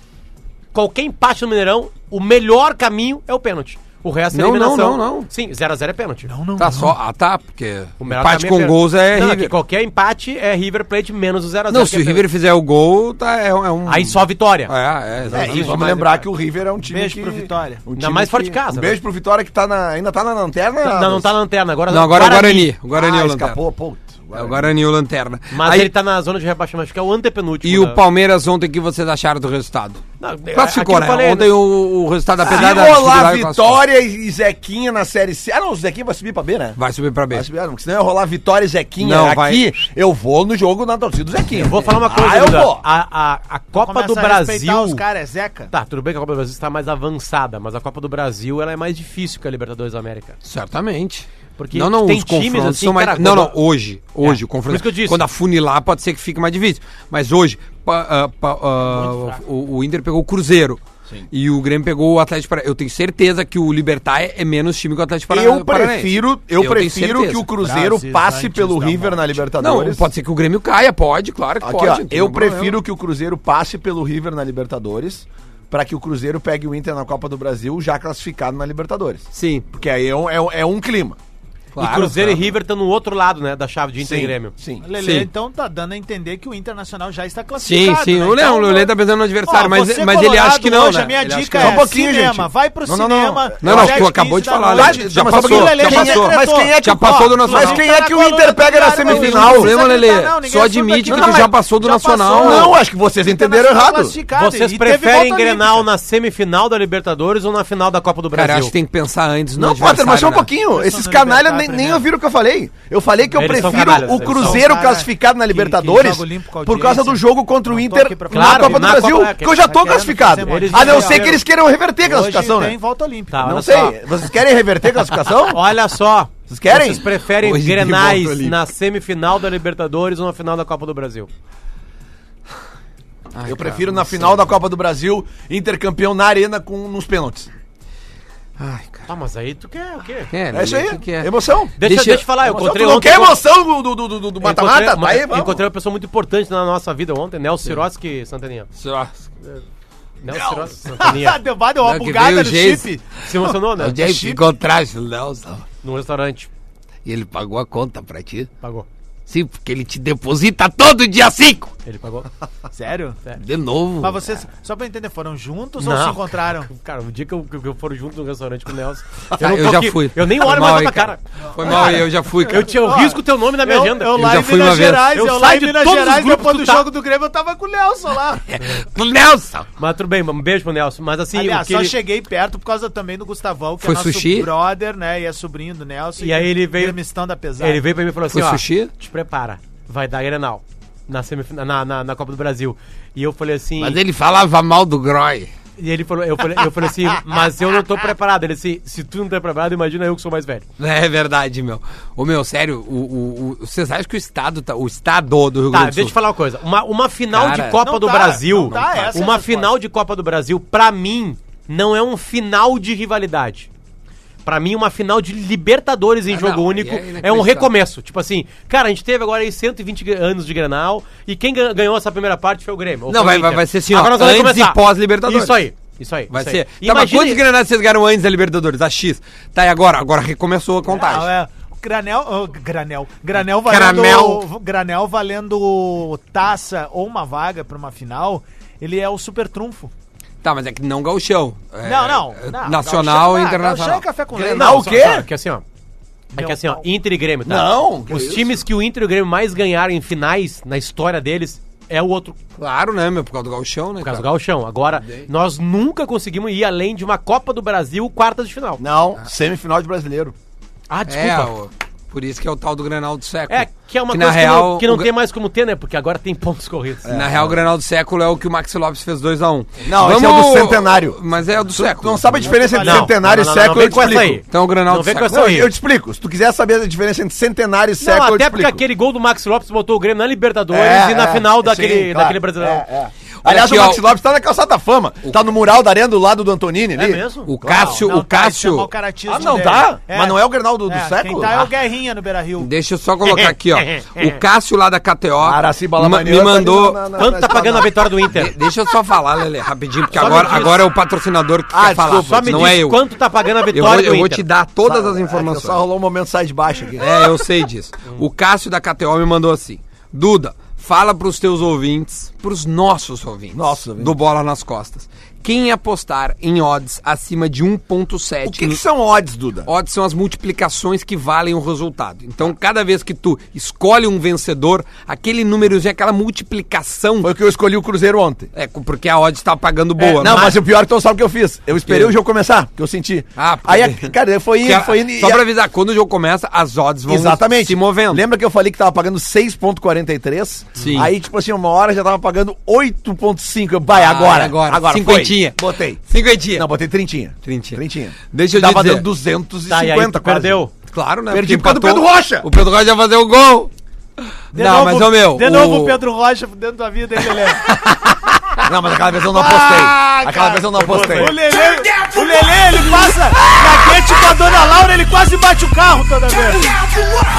qualquer empate no Mineirão, o melhor caminho é o pênalti. O resto é Não, não, eliminação. não, não. Sim, 0x0 é pênalti. Não, Tá só. Ah, tá, porque. O melhor Empate caminho com pênalti. gols é Não, é que River. qualquer empate é River Plate menos o 0x0. Não, se o River fizer o gol, tá, é, é um. é Aí só a vitória. É, é, É, exatamente. e vamos lembrar que o River é um time Beijo que... pro Vitória. Um Ainda mais fora de casa, Um beijo pro Vitória que tá na, ainda tá na lanterna. Não, não tá na lanterna. Agora, Não, agora é o Guarani. Guarani. O Guarani é o ah, Lanterna. escapou, pô. É o Guarani e o Lanterna. Mas Aí- ele tá na zona de rebaixamento, acho que é o antepenúltimo. E né? o Palmeiras ontem, o que vocês acharam do resultado? Não, é- Classificou, aquilo né? eu falei, ontem o, o resultado, apesar Se rolar dificuldade, classificou. Vitória e Zequinha na Série C... Ah, não, o Zequinha vai subir pra B, né? Vai subir pra B. Vai subir, ah, não, porque senão eu rolar Vitória e Zequinha Não, aqui, eu vou no jogo na torcida do Zequinha. Vou falar uma coisa, Ah, eu Duda. vou. A, a- a Copa Começa do a respeitar Brasil... os caras, é Zeca. Tá, tudo bem que a Copa do Brasil está mais avançada, mas a Copa do Brasil ela é mais difícil que a Libertadores da América. Certamente. Porque não, não, tem os times confrontos assim, são mais... cara, não, não, quando- hoje. Hoje, É, o confronto... por isso que eu disse. Quando afunilar, pode ser que fique mais difícil. Mas hoje, pa- ah, pa- ah, o, o Inter pegou o Cruzeiro. E o Grêmio pegou o Atlético Paranaense. Eu tenho certeza que o Libertar é é menos time que o Atlético Parana- Eu Paranaense. prefiro, eu tenho prefiro certeza. que o Cruzeiro Frases passe antes pelo da River na morte. Libertadores. Não, pode ser que o Grêmio caia, pode, claro que Aqui, pode. ó, não tem eu nenhum problema. prefiro que o Cruzeiro passe pelo River na Libertadores pra que o Cruzeiro pegue o Inter na Copa do Brasil já classificado na Libertadores. Sim, Porque aí é um, é um- é um clima. claro. e Cruzeiro claro. e River estão no outro lado, né? Da chave de Inter e Grêmio. Sim. Lelê, Sim. então tá dando a entender que o Internacional já está Sim, classificado. sim. né? O Leão, Então, o Lelê tá pensando no adversário, Ó, mas, você mas ele colorado acha que não, hoje, né? A minha Ele acha dica que é não. Só um pouquinho, cinema, gente. vai pro Não, não, não. cinema. Não, não, hoje tu às acabou 15 de falar, da Lelê. noite. Já Mas passou, o Lelê já já passou. decretou. Mas quem é que, Já ó, passou do mas Nacional. quem é que o Inter pega na Não, Não tem semifinal? nenhum problema, Não, Lelê. não, ninguém Só assume aqui, admite que não, tu mas já passou do já Nacional. passou. Não, acho que vocês entenderam errado. Classificado, Vocês e teve preferem volta Grenal olímpica. na semifinal da Libertadores ou na final da Copa do Brasil? Cara, eu acho que tem que pensar antes no Não, adversário. Potter, mas só um né? pouquinho. Eles Esses são canalhas libertar nem, nem primeiro. ouviram o que eu falei. Eu falei que eu Eles são prefiro canalhas, o eles são Cruzeiro cara classificado na que- que Libertadores joga limpo com a por causa do audiência. jogo contra o Não tô Inter aqui pra na falar. Copa do Na Brasil, Copa- que eu já tá tô querendo classificado. fazer mais. A não Eles ser que eles queiram reverter a classificação, Hoje né? tem volta olímpica. Tá, Não olha sei. só. Vocês querem reverter a classificação? Olha só. Vocês querem? Vocês preferem Hoje tem volta Grenais olímpica. na semifinal da Libertadores ou na final da Copa do Brasil? Ai, cara, Eu prefiro não na sei. final da Copa do Brasil, Inter campeão na arena com nos pênaltis. Ai, cara. Ah, mas aí tu quer o quê? É, É isso Lelê, aí. o que que é? Emoção. Deixa, Deixa- deixa eu te falar, eu Emoção. encontrei Tu não ontem... quer emoção do- do- do do eu encontrei- mata-mata? Tá aí, eu vamos. encontrei uma pessoa muito importante na nossa vida ontem, né? O Siroski Santaninha. Né? O Siroski Ah, Santaninha. deu, vai, deu uma Não, que bugada veio o no Geis. chip. Se emocionou, É né? É O James ficou atrás do Nelson No restaurante. e ele pagou a conta pra ti. Pagou. Sim, porque ele te deposita todo dia 5. Ele pagou. Sério? De novo. Mas vocês, só pra entender, foram juntos ou Não. se encontraram? Cara, o dia que eu, que eu for junto no restaurante com o Nelson. Tá, não eu tô já aqui- fui. Eu nem Foi olho mal, mais pra hein, tua cara. cara. Foi mal, eu já fui, cara. Eu, te, eu risco teu nome na É minha agenda. Eu, eu lá já em fui uma Minas vez. Gerais, eu, Eu lá saio em de Minas todos os Gerais, grupos depois que do tu tá. jogo do Grêmio, eu tava com o Nelson lá. Do Nelson. Mas tudo bem, um beijo pro Nelson. Mas assim, o Aliás, que só ele- cheguei perto por causa também do Gustavão, que Foi é nosso sushi? brother, né? E é sobrinho do Nelson. E aí ele veio- Gremistão da pesada. ele veio pra mim e falou assim, Foi ó, sushi? te prepara, vai dar Grenal. Na, semifina- na, na, na Copa do Brasil. E eu falei assim. Mas ele falava mal do Groy. E ele falou, eu falei, eu falei assim, mas eu não tô preparado. Ele assim, se tu não tá preparado, imagina eu que sou mais velho. É verdade, meu. Ô, meu, sério, o, o, o- vocês acham que o Estado tá. O Estado do Rio Tá, Grande do deixa Sul. eu te falar uma coisa. Uma, uma final Cara, de Copa não do tá, não Brasil. tá, essa é a uma resposta. final de Copa do Brasil, pra mim, não é um final de rivalidade. Pra mim, uma final de Libertadores em Ah, jogo não, único aí é é, um inacreditável. recomeço. Tipo assim, cara, a gente teve agora aí 120 gra- anos de Grenal e quem gan- ganhou essa primeira parte foi o Grêmio. ou Não, foi vai- o vai- Inter. vai ser assim, ó, agora nós vamos antes começar. e pós-Libertadores. Isso aí, isso aí. Vai isso ser. aí. Tá, mas Imagina, quantos granadas vocês ganharam antes da Libertadores? A X. Tá, e agora? Agora recomeçou a contagem. Não, é. o Granel, o granel, granel valendo, Caramel. granel valendo taça ou uma vaga pra uma final, ele é o super trunfo. Tá, mas é que não gauchão. É, não, não, é, não. Nacional e Gauchão- ah, Gauchão internacional. é café com leite. Grenal, o o quê? quê? Só, que assim, ó. É que assim, ó, Inter e Grêmio, tá? Não, que Os isso? times que o Inter e o Grêmio mais ganharam em finais na história deles é o outro, Claro, né, meu? Por causa do gauchão, né? por causa do cara? Galchão. Agora, nós nunca conseguimos ir além de uma Copa do Brasil, quartas de final. Não, semifinal de brasileiro. Ah, É, desculpa. o- por isso que é o tal do Granal do século. É, que é uma que coisa na real, que não, que não o- É. tem mais como ter, né? Porque agora tem pontos corridos. Na real, o Grenal do século é o que o Maxi Lopes fez 2x1. Não, esse é o do centenário. Mas é o do Tu século. não sabe a diferença entre Não, não, centenário e não, não, século, vem eu te com essa explico. aí. Então o Granal Não do vem com século. essa Não, aí. eu te explico. Se tu quiser saber a diferença entre centenário e Não, século, eu te até porque explico. aquele gol do Max Lopes botou o Grêmio na Libertadores É, e na é, final sim, daquele, claro. daquele brasileiro. É, é. Aliás, Aqui, o Max ó, Lopes tá na calçada da fama. Tá no mural da arena do lado do Antonini É ali. O Cássio, Não, o tá, isso é Cássio. mau caratismo Ah, não dele. tá? Mas não é o Grenal do, do É, século? Quem tá é o Ah, Guerrinha no Beira-Rio. Deixa eu só colocar aqui, ó. O Cássio lá da KTO Araci ma- Balabanian me tá mandou. ali na- na- Quanto na tá pagando a vitória esplanada. do Inter? Deixa eu só falar, Lele, rapidinho, porque Só agora, me diz. agora é o patrocinador que Ah, quer falar. desculpa, Só me não diz é eu. quanto tá pagando a eu vitória vou, do eu vou Inter. te dar todas as É, só Hum. informações. rolou um momento sai de baixo aqui. É, eu sei disso. O Cássio da KTO me mandou assim: Duda, fala pros teus ouvintes, pros nossos ouvintes, Nossos ouvintes. do Bola nas Costas. Quem apostar em odds acima de 1,7 O que, no- que são odds, Duda? É. Odds são as multiplicações que valem o resultado. Então, cada vez que tu escolhe um vencedor, aquele númerozinho, aquela multiplicação. Foi o que eu escolhi o Cruzeiro ontem. É, porque a odds tá pagando boa. não, né? mas... o pior é que tu não sabe o que eu fiz. Eu esperei Que? o jogo começar, que eu senti. Ah, porque- Aí, a- cara, foi Porque indo, a- foi indo. e Só a- pra avisar, quando o jogo começa, as odds vão Exatamente. se movendo. Lembra que eu falei que tava pagando 6,43? Sim. Aí, tipo assim, uma hora já tava pagando 8,5. Eu, Vai, Ah, agora. agora. agora foi. Cinquentinha. Botei. Cinquentinha. Não, botei trintinha. Trintinha. Trintinha. Deixa eu te Tava dizer. dando 250 Tá, e aí tu quase. perdeu. Claro, né? Porque Perdi por causa do empatou. Pedro Rocha. O Pedro Rocha vai fazer o gol. De não, novo- mas ô meu. De novo o Pedro Rocha dentro da vida, hein, Lelê? Não, mas aquela vez eu não apostei. Ah, Aquela vez eu não apostei. O Lelê, o Lelê, ele passa na frente com a dona Laura, ele quase bate o carro toda vez.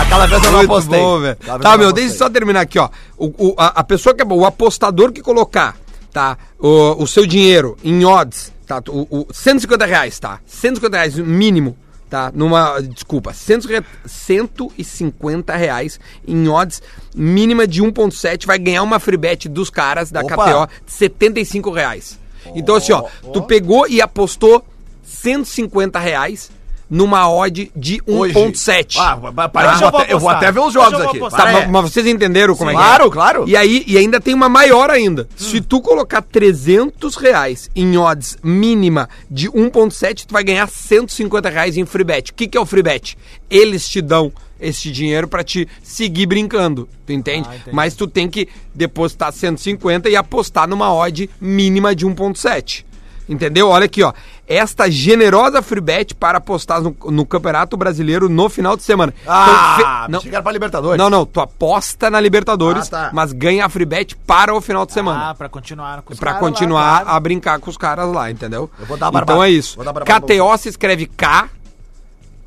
Aquela vez eu não Muito apostei. bom, velho. Aquela vez Tá, eu não meu, apostei. deixa eu só terminar aqui, ó. O, o- a, a pessoa que é o apostador que colocar, tá? O, o seu dinheiro em odds, tá? O, o 150 reais, tá? 150 reais mínimo, tá? Numa. Desculpa, 100, re- 150 reais em odds mínima de 1,7. Vai ganhar uma free bet dos caras da Opa. KTO de 75 reais. Então, assim, ó, tu pegou e apostou 150 reais numa odd de Hoje. 1,7. Ah, pa- para, eu, Deixa eu vou até, eu vou apostar. até ver os Deixa eu jogos vou aqui. apostar. Tá, Para, ma- é. mas vocês entenderam como é que é? Claro, claro. E aí, e ainda tem uma maior ainda. Se tu colocar 300 reais em odds mínima de 1.7, tu vai ganhar 150 reais em free bet. O que, que é o free bet? Eles te dão este dinheiro pra te seguir brincando, tu Ah, entende? Mas tu tem que depositar 150 e apostar numa odd mínima de 1.7. Entendeu? Olha aqui, ó. Esta generosa free bet para apostar no, no Campeonato Brasileiro no final de semana. Ah, Então, fe- chegaram pra Libertadores. não, não, tu aposta na Libertadores, Ah, tá. mas ganha a free bet para o final de semana. Ah, pra continuar com os pra caras lá, continuar claro. a brincar com os caras lá, entendeu? Eu vou dar a barbada. Então é isso. Vou dar a barbada. KTO se escreve K,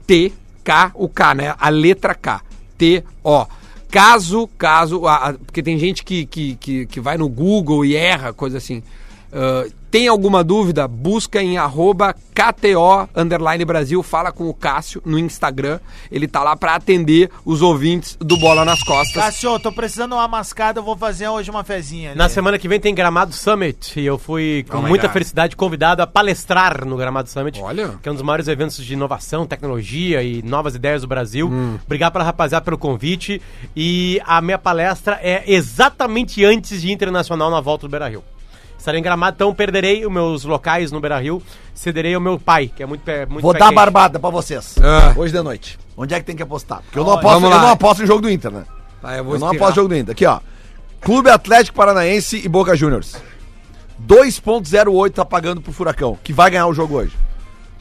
T, K, o K, né? A letra K. T, O. Caso, caso, a- a- porque tem gente que, que, que, que vai no Google e erra, coisa assim. Ah, tem alguma dúvida? Busca em arroba KTO underline Brasil, fala com o Cássio no Instagram. Ele tá lá pra atender os ouvintes do Bola nas Costas. Cássio, tô precisando de uma mascada, eu vou fazer hoje uma fezinha. ali. Na semana que vem tem Gramado Summit e eu fui com Oh my muita God. felicidade convidado a palestrar no Gramado Summit, Olha. que é um dos maiores eventos de inovação, tecnologia e novas ideias do Brasil. Hum. Obrigado pela rapaziada pelo convite e a minha palestra é exatamente antes de Internacional na volta do Beira-Rio. Estarei em Gramado, então perderei os meus locais no Beira-Rio, cederei ao meu pai, que é muito pé, muito Vou pé dar a quente. barbada pra vocês. Ah. Hoje de noite. Onde é que tem que apostar? Porque eu não aposto, Vamos eu lá. não aposto em jogo do Inter, né? Ah, eu Eu não espirrar. aposto jogo do Inter. Aqui, ó. Clube Atlético Paranaense e Boca Juniors. 2.08 tá pagando pro Furacão, que vai ganhar o jogo hoje.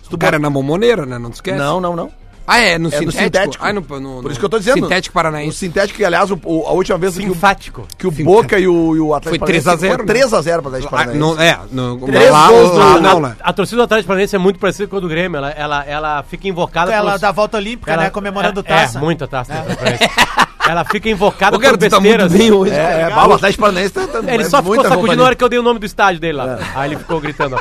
Se tu Cara, bota- na Momoneira, né? Não te esquece? Não, não, não. Ah, é, no É sintético? do sintético. Ah, no, no- Por isso que eu tô dizendo. Sintético O Paranaense. sintético, que aliás, o- o- a última vez que o, Simpático. que o Boca e o, e o Atlético Foi 3 a 0, né? 3x0 pro Atlético Ah, Paranaense. não, é, no, Três lá, gols lá, do- não, né? A torcida do Atlético Paranaense é muito parecida com a do Grêmio, ela, ela, ela fica invocada Ela pelos- da volta olímpica, né? Comemorando é, taça. É, muita taça. né, parece. Ela fica invocada O cara por tu tá muito besteiras. bem assim. hoje. cara. É, é, bah, o Atlético Paranaense tá, tá Ele é só ficou sacudindo muita na companhia. hora que eu dei o nome do estádio dele lá. É. Aí ele ficou gritando. ó.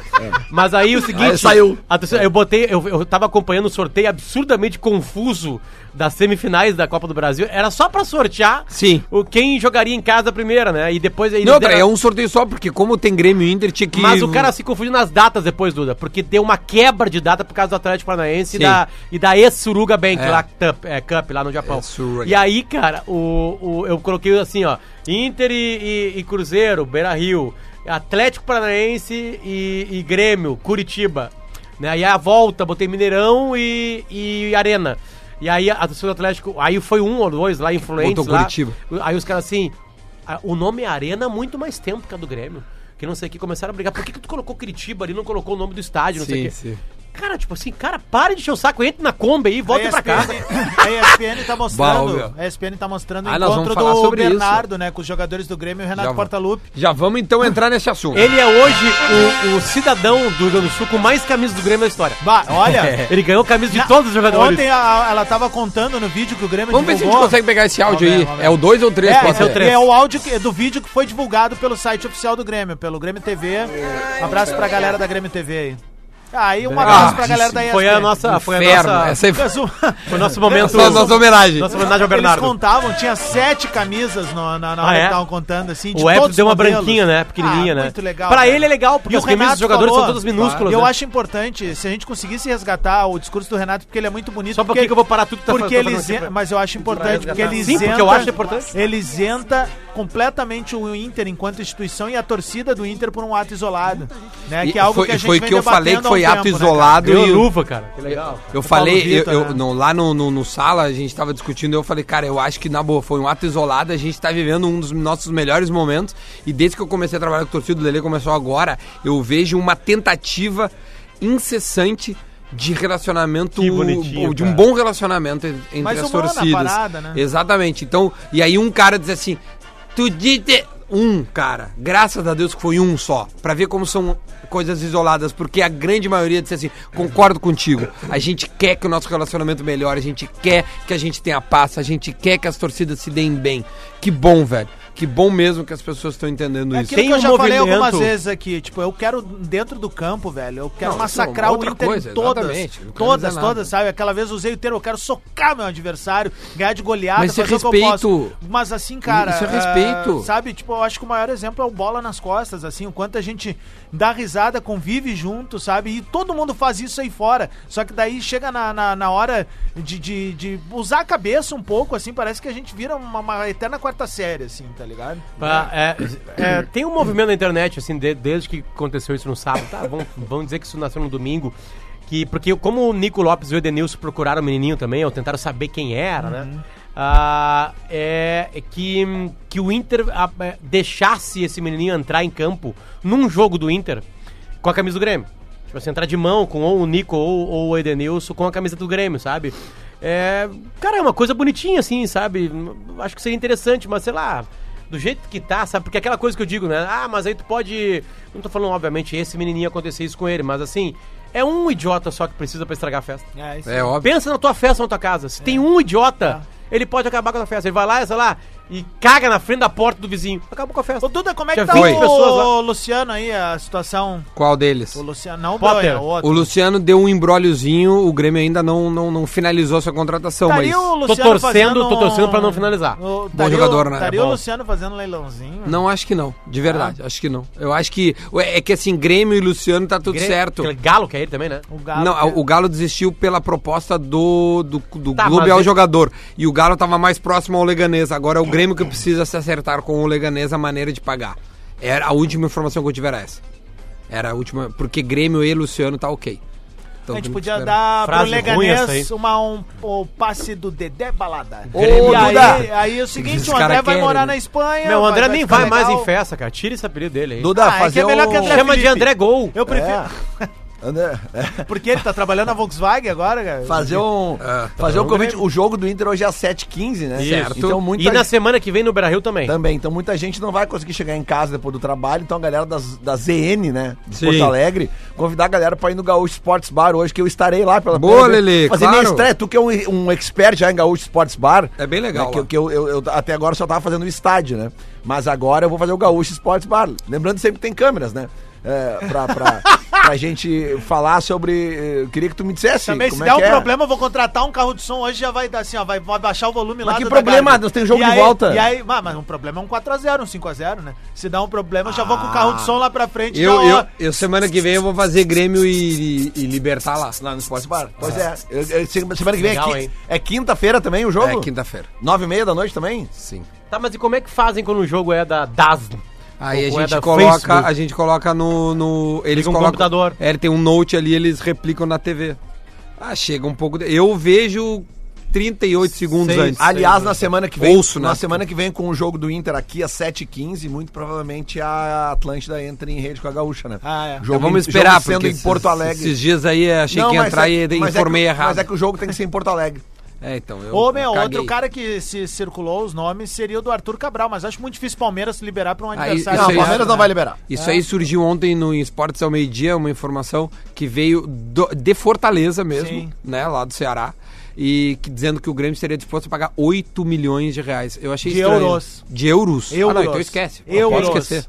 Mas aí o seguinte. Aí saiu. a torcida- eu botei, eu, eu tava acompanhando o sorteio absurdamente confuso das semifinais da Copa do Brasil. Era só pra sortear Sim. o, quem jogaria em casa primeiro, né? E depois aí. Não, outra, tá- é um sorteio só, porque como tem Grêmio e Inter, tinha que... Mas o cara se confundiu nas datas depois, Duda, porque deu uma quebra de data por causa do Atlético Paranaense e Sim. da, e da ex-Suruga Bank, É. lá, Tup- é, Cup, lá no Japão. Ex-Suruga. E aí, cara, o, o, eu coloquei assim, ó, Inter e, e- e Cruzeiro, Beira-Rio, Atlético Paranaense e, e Grêmio, Curitiba. Né? E aí a volta, botei Mineirão e, e Arena. E aí a a torcida do Atlético, aí foi um ou dois lá, influentes Botou lá. Curitiba. Aí os caras assim, a- o nome é Arena há muito mais tempo que a do Grêmio. Que não sei o que, começaram a brigar. Por que, que tu colocou Curitiba ali, não colocou o nome do estádio, não sei o Sim, que. sim. Cara, tipo assim, cara, para de encher o saco, entra na Kombi aí e volta a pra casa. ESPN A ESPN tá Bom, mostrando, meu. a ESPN tá mostrando o Ah, nós vamos encontro falar do sobre isso. Bernardo, né, com os jogadores do Grêmio e o Renato vamos. Portaluppi. Já vamos então entrar nesse assunto. Ele é hoje o, o cidadão do Rio Grande do Sul com mais camisas do Grêmio da história. Bah, Ah, olha, Ele ganhou camisa de todos os jogadores. ontem a- ela tava contando no vídeo que o Grêmio Vamos ver se a gente consegue pegar esse áudio Vamos ver, aí. vamos ver. É o 2 ou 3, É, pode esse é, o ser? três. é o áudio que- do vídeo que foi divulgado pelo site oficial do Grêmio, pelo Grêmio TV. Um abraço pra galera da Grêmio TV aí. Aí um abraço pra galera da ESPN. Ah, Foi a nossa. Foi a Inferno, nossa. essa aí foi Lucas, um- Foi o nosso momento. a nossa homenagem. Nossa homenagem ao Bernardo. Eles contavam, tinha sete camisas no- na, na Ah, hora é? que estavam contando, assim, O Everton todos os deu uma modelos. branquinha, né? Pequenininha, Ah, né? Muito legal. Pra cara. ele é legal, porque E o as camisas dos Renato jogadores são falou- "Ah, todas minúsculas. E eu né? acho importante, se a gente conseguisse resgatar o discurso do Renato, porque ele é muito bonito. Só um porque pouquinho que eu vou parar tudo que tá porque fa- ele tô fazendo aqui isenta, pra- mas eu acho importante porque ele Sim, isenta, porque eu acho importante. ele isenta completamente o Inter enquanto instituição e a torcida do Inter por um ato isolado, né? E Que é algo foi- que a gente foi vem que eu falei debatendo que foi há um ato tempo, né, isolado. Ganhou e o- luva, cara. Que legal. Eu falei, Paulo Vitor, eu, eu- né? não, lá no, no, no sala, a gente tava discutindo, eu falei, cara, eu acho que na boa, foi um ato isolado, a gente tá vivendo um dos nossos melhores momentos. E desde que eu comecei a trabalhar com o torcido, o Lele começou agora, eu vejo uma tentativa incessante de relacionamento, Que bonitinho, de um cara. bom relacionamento en- entre Mais as humana a torcidas. parada, é né? Exatamente. Então, e aí um cara diz assim, tu disse... Um, cara. Graças a Deus que foi um só. Pra ver como são coisas isoladas. Porque a grande maioria disse assim: concordo contigo. A gente quer que o nosso relacionamento melhore. A gente quer que a gente tenha paz. A gente quer que as torcidas se deem bem. Que bom, velho. Que bom mesmo que as pessoas estão entendendo É isso. aquilo Tem que eu um já falei movimento- algumas vezes aqui. Tipo, eu quero dentro do campo, velho. Eu quero Não, isso é massacrar o outra Inter coisa, em todas. exatamente. Não quero Todas, dizer nada. todas, sabe? Aquela vez eu usei o termo, eu quero socar meu adversário, ganhar de goleada, Mas isso é respeito. Mas assim, cara. Isso é respeito. sabe? Tipo, eu acho que o maior exemplo é o bola nas costas, assim. O quanto a gente dá risada, convive junto, sabe? E todo mundo faz isso aí fora. Só que daí chega na, na, na hora de, de, de usar a cabeça um pouco, assim. Parece que a gente vira uma, uma eterna quarta série, assim, tá ligado? Pra- é, é, tem um movimento na internet, assim, de- desde que aconteceu isso no sábado, tá? Vão, vão dizer que isso nasceu no domingo. Que, porque como o Nico Lopes e o Edenilson procuraram o menininho também, ou tentaram saber quem era, né? Ah, é, é que, que o Inter ah, é, deixasse esse menininho entrar em campo num jogo do Inter com a camisa do Grêmio. Tipo assim, entrar de mão com ou o Nico ou, ou o Edenilson com a camisa do Grêmio, sabe? É, cara, é uma coisa bonitinha, assim, sabe? Acho que seria interessante, mas sei lá, do jeito que tá, sabe? Porque aquela coisa que eu digo, né? Ah, mas aí tu pode. Não tô falando, obviamente, esse menininho acontecer isso com ele, mas assim, é um idiota só que precisa pra estragar a festa. É, isso É óbvio. Pensa na tua festa na tua casa. Se tem um idiota, É. ele pode acabar com a tua festa. Ele vai lá, sei lá, e caga na frente da porta do vizinho. Acabou com a festa. Ô, Duda, como é Tinha que tá 20 o pessoas lá. Luciano aí, a situação? Qual deles? O Luciano, não, Potter. meu, é o outro. O Luciano deu um embróliozinho, o Grêmio ainda não, não, não finalizou sua contratação, mas. Estaria o torcendo, fazendo um tô torcendo pra não finalizar. O, Bom jogador, né? Estaria É o bom. Luciano fazendo um leilãozinho? Não, acho que não. De verdade, acho que não. Eu acho que. É que assim, Grêmio e Luciano tá tudo Gre- certo. Aquele galo que é ele também, né? O Galo. não, né? o Galo desistiu pela proposta do, do, do Tá, clube mas ao ele- jogador. E o Galo tava mais próximo ao Leganês. Agora é o Grêmio que precisa se acertar com o Leganês a maneira de pagar. Era a última informação que eu tive era essa. Era a última. Porque Grêmio e Luciano tá ok. Então, A temos gente que podia esperar. dar pro Frase ruim essa Leganês aí. uma, um, o passe do Dedé Balada. Ô, e aí, Duda! aí é o seguinte, Esses o André cara vai querem, morar né? na Espanha. Meu, o André nem É, ficar vai mais legal. em festa, cara. Tira esse apelido dele aí. Duda, Ah, é fazer que é melhor que um... André Chama de Felipe. André Gol. Eu prefiro. É. André, é. Porque ele tá trabalhando na Volkswagen agora, cara. Fazer É, um, tá fazer um bom, convite. O jogo do Inter hoje é às 7h15, né? Certo. Então, muita E na semana que vem no Brasil também. Também, então muita gente não vai conseguir chegar em casa depois do trabalho, então a galera das, da ZN, né, de Sim. Porto Alegre, convidar a galera pra ir no Gaúcho Sports Bar hoje, que eu estarei lá pela Boa, primeira vez. Lelê, Fazer minha claro. estreia, tu que é um, um expert já em Gaúcho Sports Bar. É bem legal né, lá. que, que eu, eu- eu até agora só tava fazendo o estádio, né, mas agora eu vou fazer o Gaúcho Sports Bar, lembrando sempre que tem câmeras, né, é, pra, pra, pra gente falar sobre, eh, eu queria que tu me dissesse Também, se como der é um que é. problema, eu vou contratar um carro de som hoje, já vai dar assim, ó, vai, vai baixar o volume lá. que do problema, Dagarbi. nós temos jogo E de aí- volta. E aí, mas, mas um problema é um 4x0, um 5x0, né? Se dá um problema, eu já vou com o carro de som lá pra frente. Eu, já, ó, eu, eu, semana que vem, eu vou fazer Grêmio e, e- e Libertar lá. Ah. Lá no Sports Bar. Pois é. Eu- eu- Semana que vem Legal, é, qui- hein? é quinta-feira também o jogo? É quinta-feira, Nove e meia da noite também? sim. Tá, mas e como é que fazem quando o jogo é da DAS? Aí a Ou é gente da coloca, Facebook? a gente coloca no, no eles Liga um colocam, computador. É, ele tem um note ali, eles replicam na TV. Ah, chega um pouco. de- Eu vejo 38 segundos Seis. antes. Aliás, na semana que vem. Ouço, né? na semana que vem, com o jogo do Inter aqui às 7h15, muito provavelmente a Atlântida entra em rede com a Gaúcha, né? Ah, é. Jogo Então vamos em- esperar jogo sendo porque em Porto esses- Alegre. Esses dias aí eu achei que ia mas entrar é- e mas é informei que- errado. Mas é que o jogo tem que ser em Porto Alegre. É, então eu Ô, meu, caguei. outro cara que se circulou os nomes seria o do Arthur Cabral, mas acho muito difícil o Palmeiras liberar Ah, pra um aniversário. Não, isso o aí- Palmeiras não vai liberar. É. Isso aí surgiu ontem no Esportes ao meio-dia, uma informação que veio do- de Fortaleza mesmo, Sim. né, lá do Ceará, e que- dizendo que o Grêmio seria disposto a pagar 8 milhões de reais. Eu achei De estranho. euros. De euros. Ah, não, Euros. então esquece. Euros. Pode esquecer.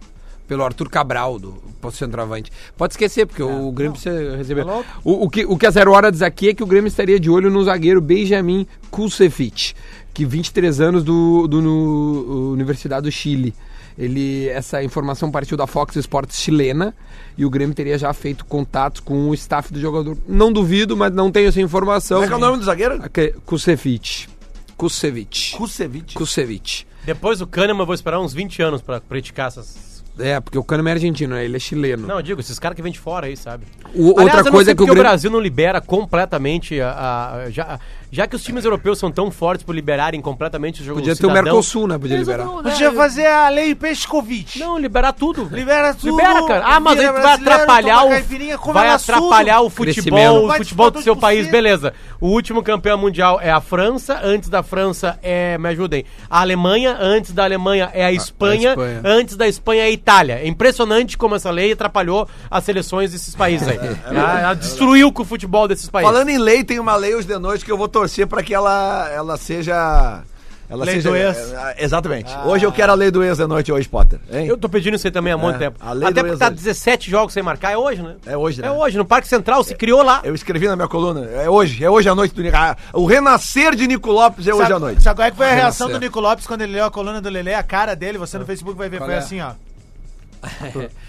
Pelo Arthur Cabral, do posto centroavante. Pode esquecer, porque É. o Grêmio precisa receber. Tá louco? O, o que, o que a Zero Hora diz aqui é que o Grêmio estaria de olho no zagueiro Benjamin Kusevich, que 23 anos do, do no- Universidade do Chile. Ele, essa informação partiu da Fox Sports chilena e o Grêmio teria já feito contatos com o staff do jogador. Não duvido, mas não tenho essa informação. Como é que é o nome do zagueiro? Aque- Kusevich. Kusevich. Kusevich. Kusevich. Depois do Kahneman, eu vou esperar uns 20 anos pra criticar essas É, porque o Kahneman é argentino, né? ele é chileno. Não, eu digo, esses caras que vêm de fora aí, sabe? O- outra eu não coisa sei é que o porque Grêmio- Brasil não libera completamente a, a- a- já, já que os times europeus são tão fortes por liberarem completamente o jogo Podia do ter o cidadão- Mercosul, né? Podia Eles liberar. não- né, Podia fazer a lei Pescovic. Não, liberar tudo. Libera tudo. Libera, cara. Ah, mas aí vira tu vai brasileiro, atrapalhar toma o, caipirinha, come vai absurdo. atrapalhar o Crescimento. futebol, o Vai futebol do disputar seu tudo país, por si. beleza. O último campeão mundial é a França, antes da França é, me ajudem, a Alemanha, antes da Alemanha é a Espanha, Espanha. antes da Espanha é a Itália. É impressionante como essa lei atrapalhou as seleções desses países aí. Ah, Ela, ela destruiu com o futebol desses países. Falando em lei, tem uma lei hoje de noite que eu vou torcer pra que ela, ela seja. Ela Lei seja, do ex. é, é, Exatamente. Hoje eu quero a lei do ex de noite hoje, Potter. hein? Eu tô pedindo isso aí também há muito É, tempo. a lei Até do porque tá ex hoje. 17 jogos sem marcar, é hoje, né? É hoje, né? É hoje, no Parque Central, se criou lá. Eu escrevi na minha coluna. É hoje, é hoje à noite do Nico. ah, O renascer de Nico Lopes é hoje Sabe- à noite. Sabe qual é que foi a reação certo. do Nico Lopes quando ele leu a coluna do Lelê? A cara dele, você Ah. no Facebook vai ver, foi assim, ó.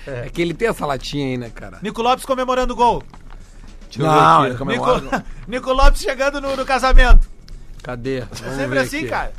É que ele tem essa latinha aí, né, cara? é Nico Lopes comemorando o gol. Deixa eu ver aqui. ele Nico, comemora. Nico Lopes chegando no, no casamento. Cadê? Vamos Sempre ver assim, aqui. cara.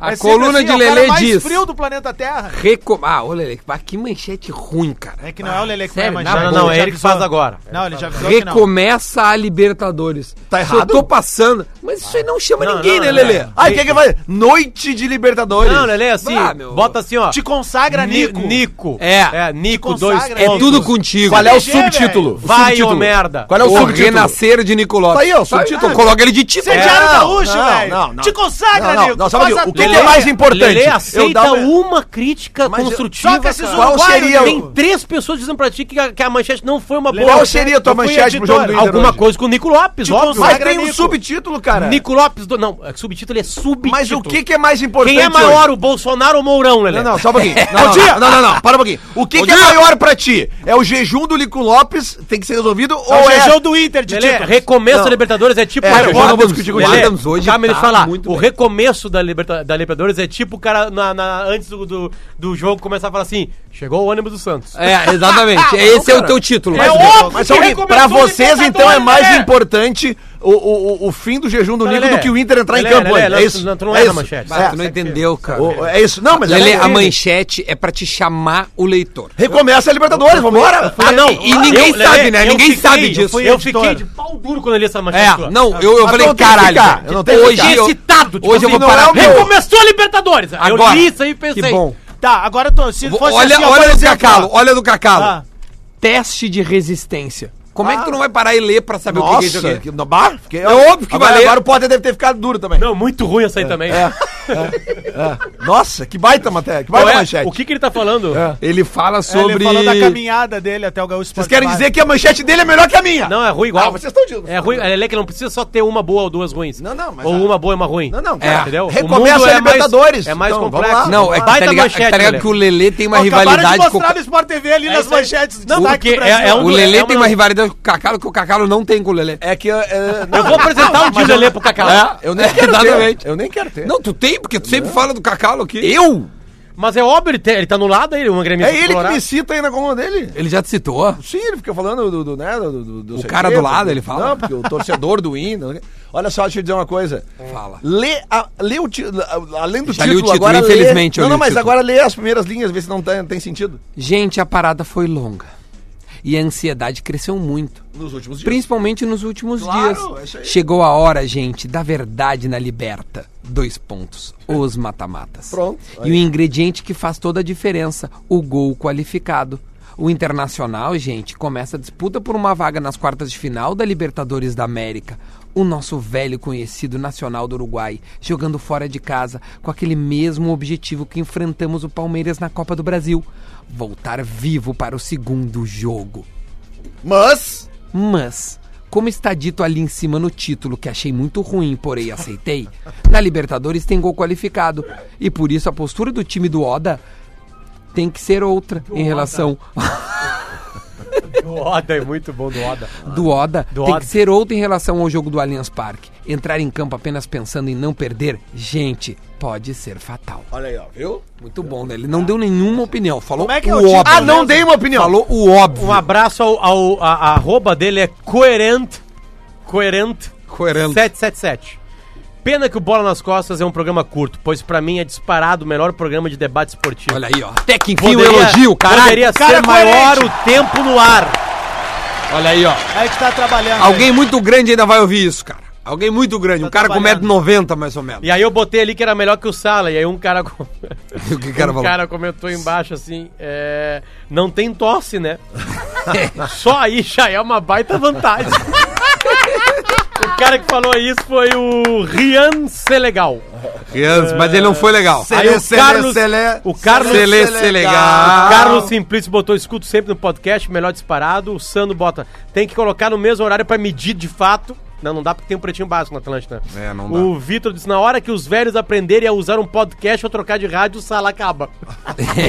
A É sempre coluna assim, de é o cara Lelê mais diz. frio do planeta Terra. Recom... Ah, ô Lele, que- que manchete ruim, cara. É que não é o Lelê que Sério? vai Não, manchar. não, não, é já ele que avisou. faz agora. Não, é ele já avisou que não. Recomeça a Libertadores. Tá Se eu errado? tô passando. Mas isso aí não chama Não, ninguém, né, não, não, Lele? é. Aí o que que vai? Noite de Libertadores. Não, Lelê, assim, Ah, meu. bota assim, ó. Te consagra, Ni- Nico. Nico. É. É, Nico, Te consagra, dois Nico. É tudo contigo. Qual é o LG, subtítulo? velho. O Vai, subtítulo. ô merda. Qual é o o subtítulo? renascer de Nicoló. Tá aí, ó, subtítulo. Coloca ele de título. Você é Diário Não, Gaúcho, não, velho. não, não. Te consagra, Não, não, Nico. não, sabe Faça o que, o que tudo. é mais importante? Lelê eu aceita dava- uma crítica Mas eu- construtiva, Soca esses cara. Qual uruguaios, Nico. seria o- Tem três pessoas dizendo pra ti que a, que a manchete não foi uma boa. Qual seria a tua Eu fui manchete pro jogo do editora. Inter Alguma hoje? coisa com o Nico Lopes, óbvio. Mas consagra, tem um Nico. subtítulo, cara. Nico Lopes, do... não, é que subtítulo é subtítulo. Mas o que que é mais importante Quem é maior, hoje? o Bolsonaro ou o Mourão, Lelê? Não, não, só um pouquinho. Não, não, não, não, não, não, para um pouquinho. O que, que é maior pra ti? É o jejum do Nico Lopes, tem que ser resolvido, ou O é... jejum do Inter de tipo. Lelê, título. recomeço Não. da Libertadores é tipo... É, Cara, eu bora- não vou discutir com o Lelê, Adams hoje. Calma, deixa tá eu falar. muito o bem. recomeço da, Liberta- da Libertadores é tipo o cara na, na- antes do, do, do jogo começar a falar assim: chegou o ânimo do Santos. É, exatamente. Esse é o teu título. É Mas- óbvio Mas que só um pouquinho. recomeçou pra o vocês, então, é Libertadores, mais Lelê. importante o, o, o- o fim do jejum do Lelê, Nico do que o Inter entrar Lelê, em campo Lelê, hoje. não, É isso. não, tu não é é da isso. manchete. Ah, tu não entendeu, cara. O- é isso. Não, mas... Lele, é- a manchete é pra te chamar o leitor. Recomeça a Libertadores, vambora. Ah, não. E ninguém Eu- sabe, Lelê, né? eu Ninguém fiquei- sabe Eu, disso. fui- eu fiquei de pau duro quando eu li essa manchete. É, tua. não, eu, eu Mas falei, não tem que caralho. ficar, velho, eu não tenho que hoje ficar. eu, Excitado, hoje tipo eu vou assim, não é parar. o meu. Recomeçou a Libertadores! Agora. Eu li isso aí e pensei. Que bom. Tá, agora tô, se fosse olha assim, ó, por olha do exemplo, Cacalo, ó. olha do Cacalo. Ah. Teste de resistência. Como é que tu não vai parar e ler pra saber o que que é isso Nossa, aqui? que, no bar? Fiquei- É óbvio que agora, vai ler. Agora o Potter deve ter ficado duro também. Não, muito ruim essa aí É. também. Nossa, que baita matéria, que Qual baita é? manchete. O que, que ele tá falando? Ele fala É, Ele sobre. falou da caminhada dele até o Gaúcho Vocês querem dizer que a manchete dele é melhor que a minha? Não, é ruim igual. Ah, vocês estão de- É ruim. É Lelê que não precisa só ter uma boa ou duas ruins. Não, não, mas Ou a- uma boa e uma ruim. Não, não, é. cara. entendeu? O Recomeça mundo a é mais- Libertadores. É mais Então, vamos lá. complexo. Não, é que tá Baita ligado, manchete, tá ligado Lelê. que o Lelê tem uma Acabaram de rivalidade com mostrar no Sport TV ali nas isso aí. manchetes. Não, destaque porque do Brasil. é- é um- O Lelê é uma- tem uma rivalidade com o Cacalo que o Cacalo não tem com o Lelê. É que... é, é, não, Eu vou É, apresentar o de Lelê pro Cacau. eu nem quero exatamente. ter. Eu nem quero ter. Não, tu tem, porque tu sempre fala do Cacalo aqui. Eu? Mas é óbvio, ele, tem- ele tá no lado aí, um gremista é ele que colorado. me cita aí na coluna dele. Ele já te citou? Sim, ele fica falando do, do, né, do, do- do O sei cara quê, do lado, ele fala. Não, porque o torcedor do Inter. Olha só, deixa eu dizer uma coisa. É. Fala. Lê, a- lê o título. Além do Já li título, o título, agora infelizmente Lê, eu li não, não, o mas título. agora lê as primeiras linhas, vê se não tá, tem, tem sentido. Gente, a parada foi longa. E a ansiedade cresceu muito. Nos últimos Principalmente nos últimos Claro, é dias. isso aí. Chegou a hora, gente, da verdade na liberta. Dois pontos. Os matamatas. Pronto, E o ingrediente que faz toda a diferença, o gol qualificado. O Internacional, gente, começa a disputa por uma vaga nas quartas de final da Libertadores da América. O nosso velho conhecido Nacional do Uruguai, jogando fora de casa, com aquele mesmo objetivo que enfrentamos o Palmeiras na Copa do Brasil: voltar vivo para o segundo jogo. Mas. Mas, como está dito ali em cima no título, que achei muito ruim, porém aceitei, na Libertadores tem gol qualificado. E por isso a postura do time do Oda tem que ser outra em relação O Oda é muito bom do Oda. do Oda, Do tem Oda. que ser outra em relação ao jogo do Allianz Parque. Entrar em campo apenas pensando em não perder, gente, pode ser fatal. Olha aí, ó, viu? Muito bom, né? Ele não deu nenhuma opinião, falou Como é que é o tipo- o título? óbvio. né? Ah, não dei uma opinião. Falou o óbvio. Um abraço ao. ao- a, a arroba dele é coerente. Coerente. Coerente. 777. Pena que o Bola nas Costas é um programa curto, pois pra mim é disparado o melhor programa de debate esportivo. Olha aí, ó. Até que enfim o elogio, caralho. Poderia Cara ser maior coerente. o tempo no ar. Olha aí, ó. A gente tá trabalhando. Alguém muito grande ainda vai ouvir isso, cara. Alguém muito grande. Um Tá cara com trabalhando. 1,90m mais ou menos. E aí eu botei ali que era melhor que o Sala, e aí um cara, com- O que o cara um falou? cara comentou embaixo assim, é, não tem tosse, né? Só aí já é uma baita vantagem. o cara que falou isso foi o Rian Selegal. Criança, Mas ele não foi legal. Aí o Carlos, o Carlos, Celê, Celê, legal. O Carlos Simplício botou escuto sempre no podcast, melhor disparado. O Sandro bota, tem que colocar no mesmo horário pra medir de fato. Não, não dá porque tem um pretinho básico na Atlântida. É, não dá. O Vitor disse, na hora que os velhos aprenderem a usar um podcast ou trocar de rádio, o sala acaba.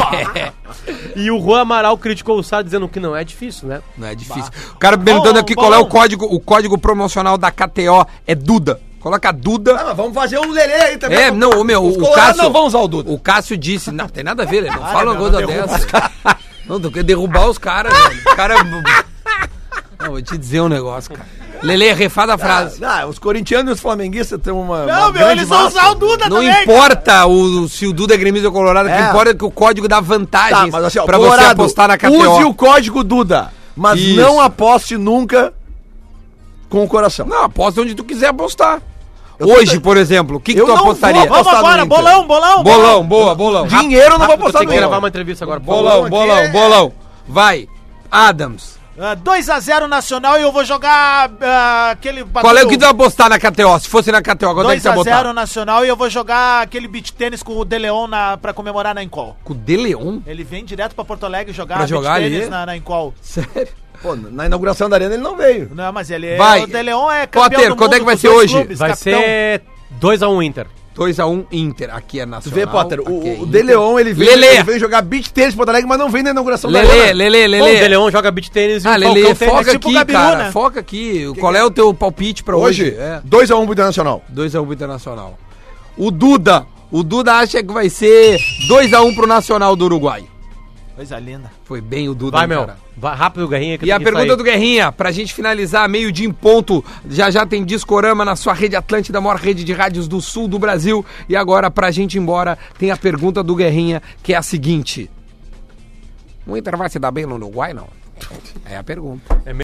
e o Juan Amaral criticou o sala dizendo que não é difícil, né? Não é difícil. O cara me perguntando Bom, aqui qual é o bom. código, o código promocional da KTO é Duda. Coloca Duda. Ah, mas vamos fazer um lelê aí também. É, não, o meu, Os o colorados Cássio. não vão usar o Duda. Ah, O Cássio disse, não, tem nada a ver, ele não fala uma coisa dessa. Não, tu quer derrubar os caras, velho. O cara. é Não, vou te dizer um negócio, cara. Lele, refaz a frase. Ah, os corintianos e os flamenguistas têm uma. Não, meu, eles vão usar o Duda Não também. importa o, se o Duda é gremista ou colorado, o que É. importa é que o código dá Tá, vantagens mas assim, ó, pra você Colorado, apostar na KTO. Use o código Duda, mas Isso. não aposte nunca com o coração. Não, aposta onde tu quiser apostar. Hoje, por exemplo, o que, que Eu tu não apostaria? vou Vamos apostar no agora, Inter. bolão, bolão, Bolão, boa, bolão. Dinheiro eu não Eu vou apostar tenho que gravar nunca. uma entrevista agora. por favor. Bolão, é- bolão, bolão. Vai. Adams. Ah, 2x0 Nacional e eu vou jogar ah, aquele. Qual é o que tu vai apostar na KTO? Se fosse na KTO, quanto é que tu vai 2x0 botar? Nacional e eu vou jogar aquele beat tênis com o De Leon na, pra comemorar na Encol. Com o De Leon? Ele vem direto pra Porto Alegre jogar, Pra jogar ali? tênis na, na Encol. Sério? Pô, na inauguração da arena ele não veio. Não, mas ele é. Vai. O De Leon é Potter, quando é que vai com ser dois hoje? Vai capitão. ser 2x1 Inter. 2x1 Inter. Aqui é nacional. Vê, Potter, aqui é o, o Inter. De Leon, tá ele veio, Lelê. ele veio jogar beat tênis em Porto Alegre, mas não veio na inauguração da Lelê, arena. Lelê, Bom, o De Lelê. Leon joga beat tênis Ah, Lelê, Falcão tênis. foca é tipo aqui, Gabiru, cara. né? Foca aqui. Qual é o teu palpite pra hoje? Hoje, É. 2x1 pro Internacional. 2x1 pro Internacional. O Duda. O Duda acha que vai ser 2x1 pro Nacional do Uruguai. Coisa linda. Foi bem o Duda, Vai, hein, meu. cara? Vai rápido, Garrinha. que E eu a tenho que pergunta sair. do Guerrinha, pra gente finalizar, meio-dia em ponto. Já já tem Discorama na sua rede Atlântida, a maior rede de rádios do sul do Brasil. E agora, pra gente ir embora, tem a pergunta do Guerrinha, que é a seguinte: O Inter vai se dar bem no Uruguai, não? É a pergunta.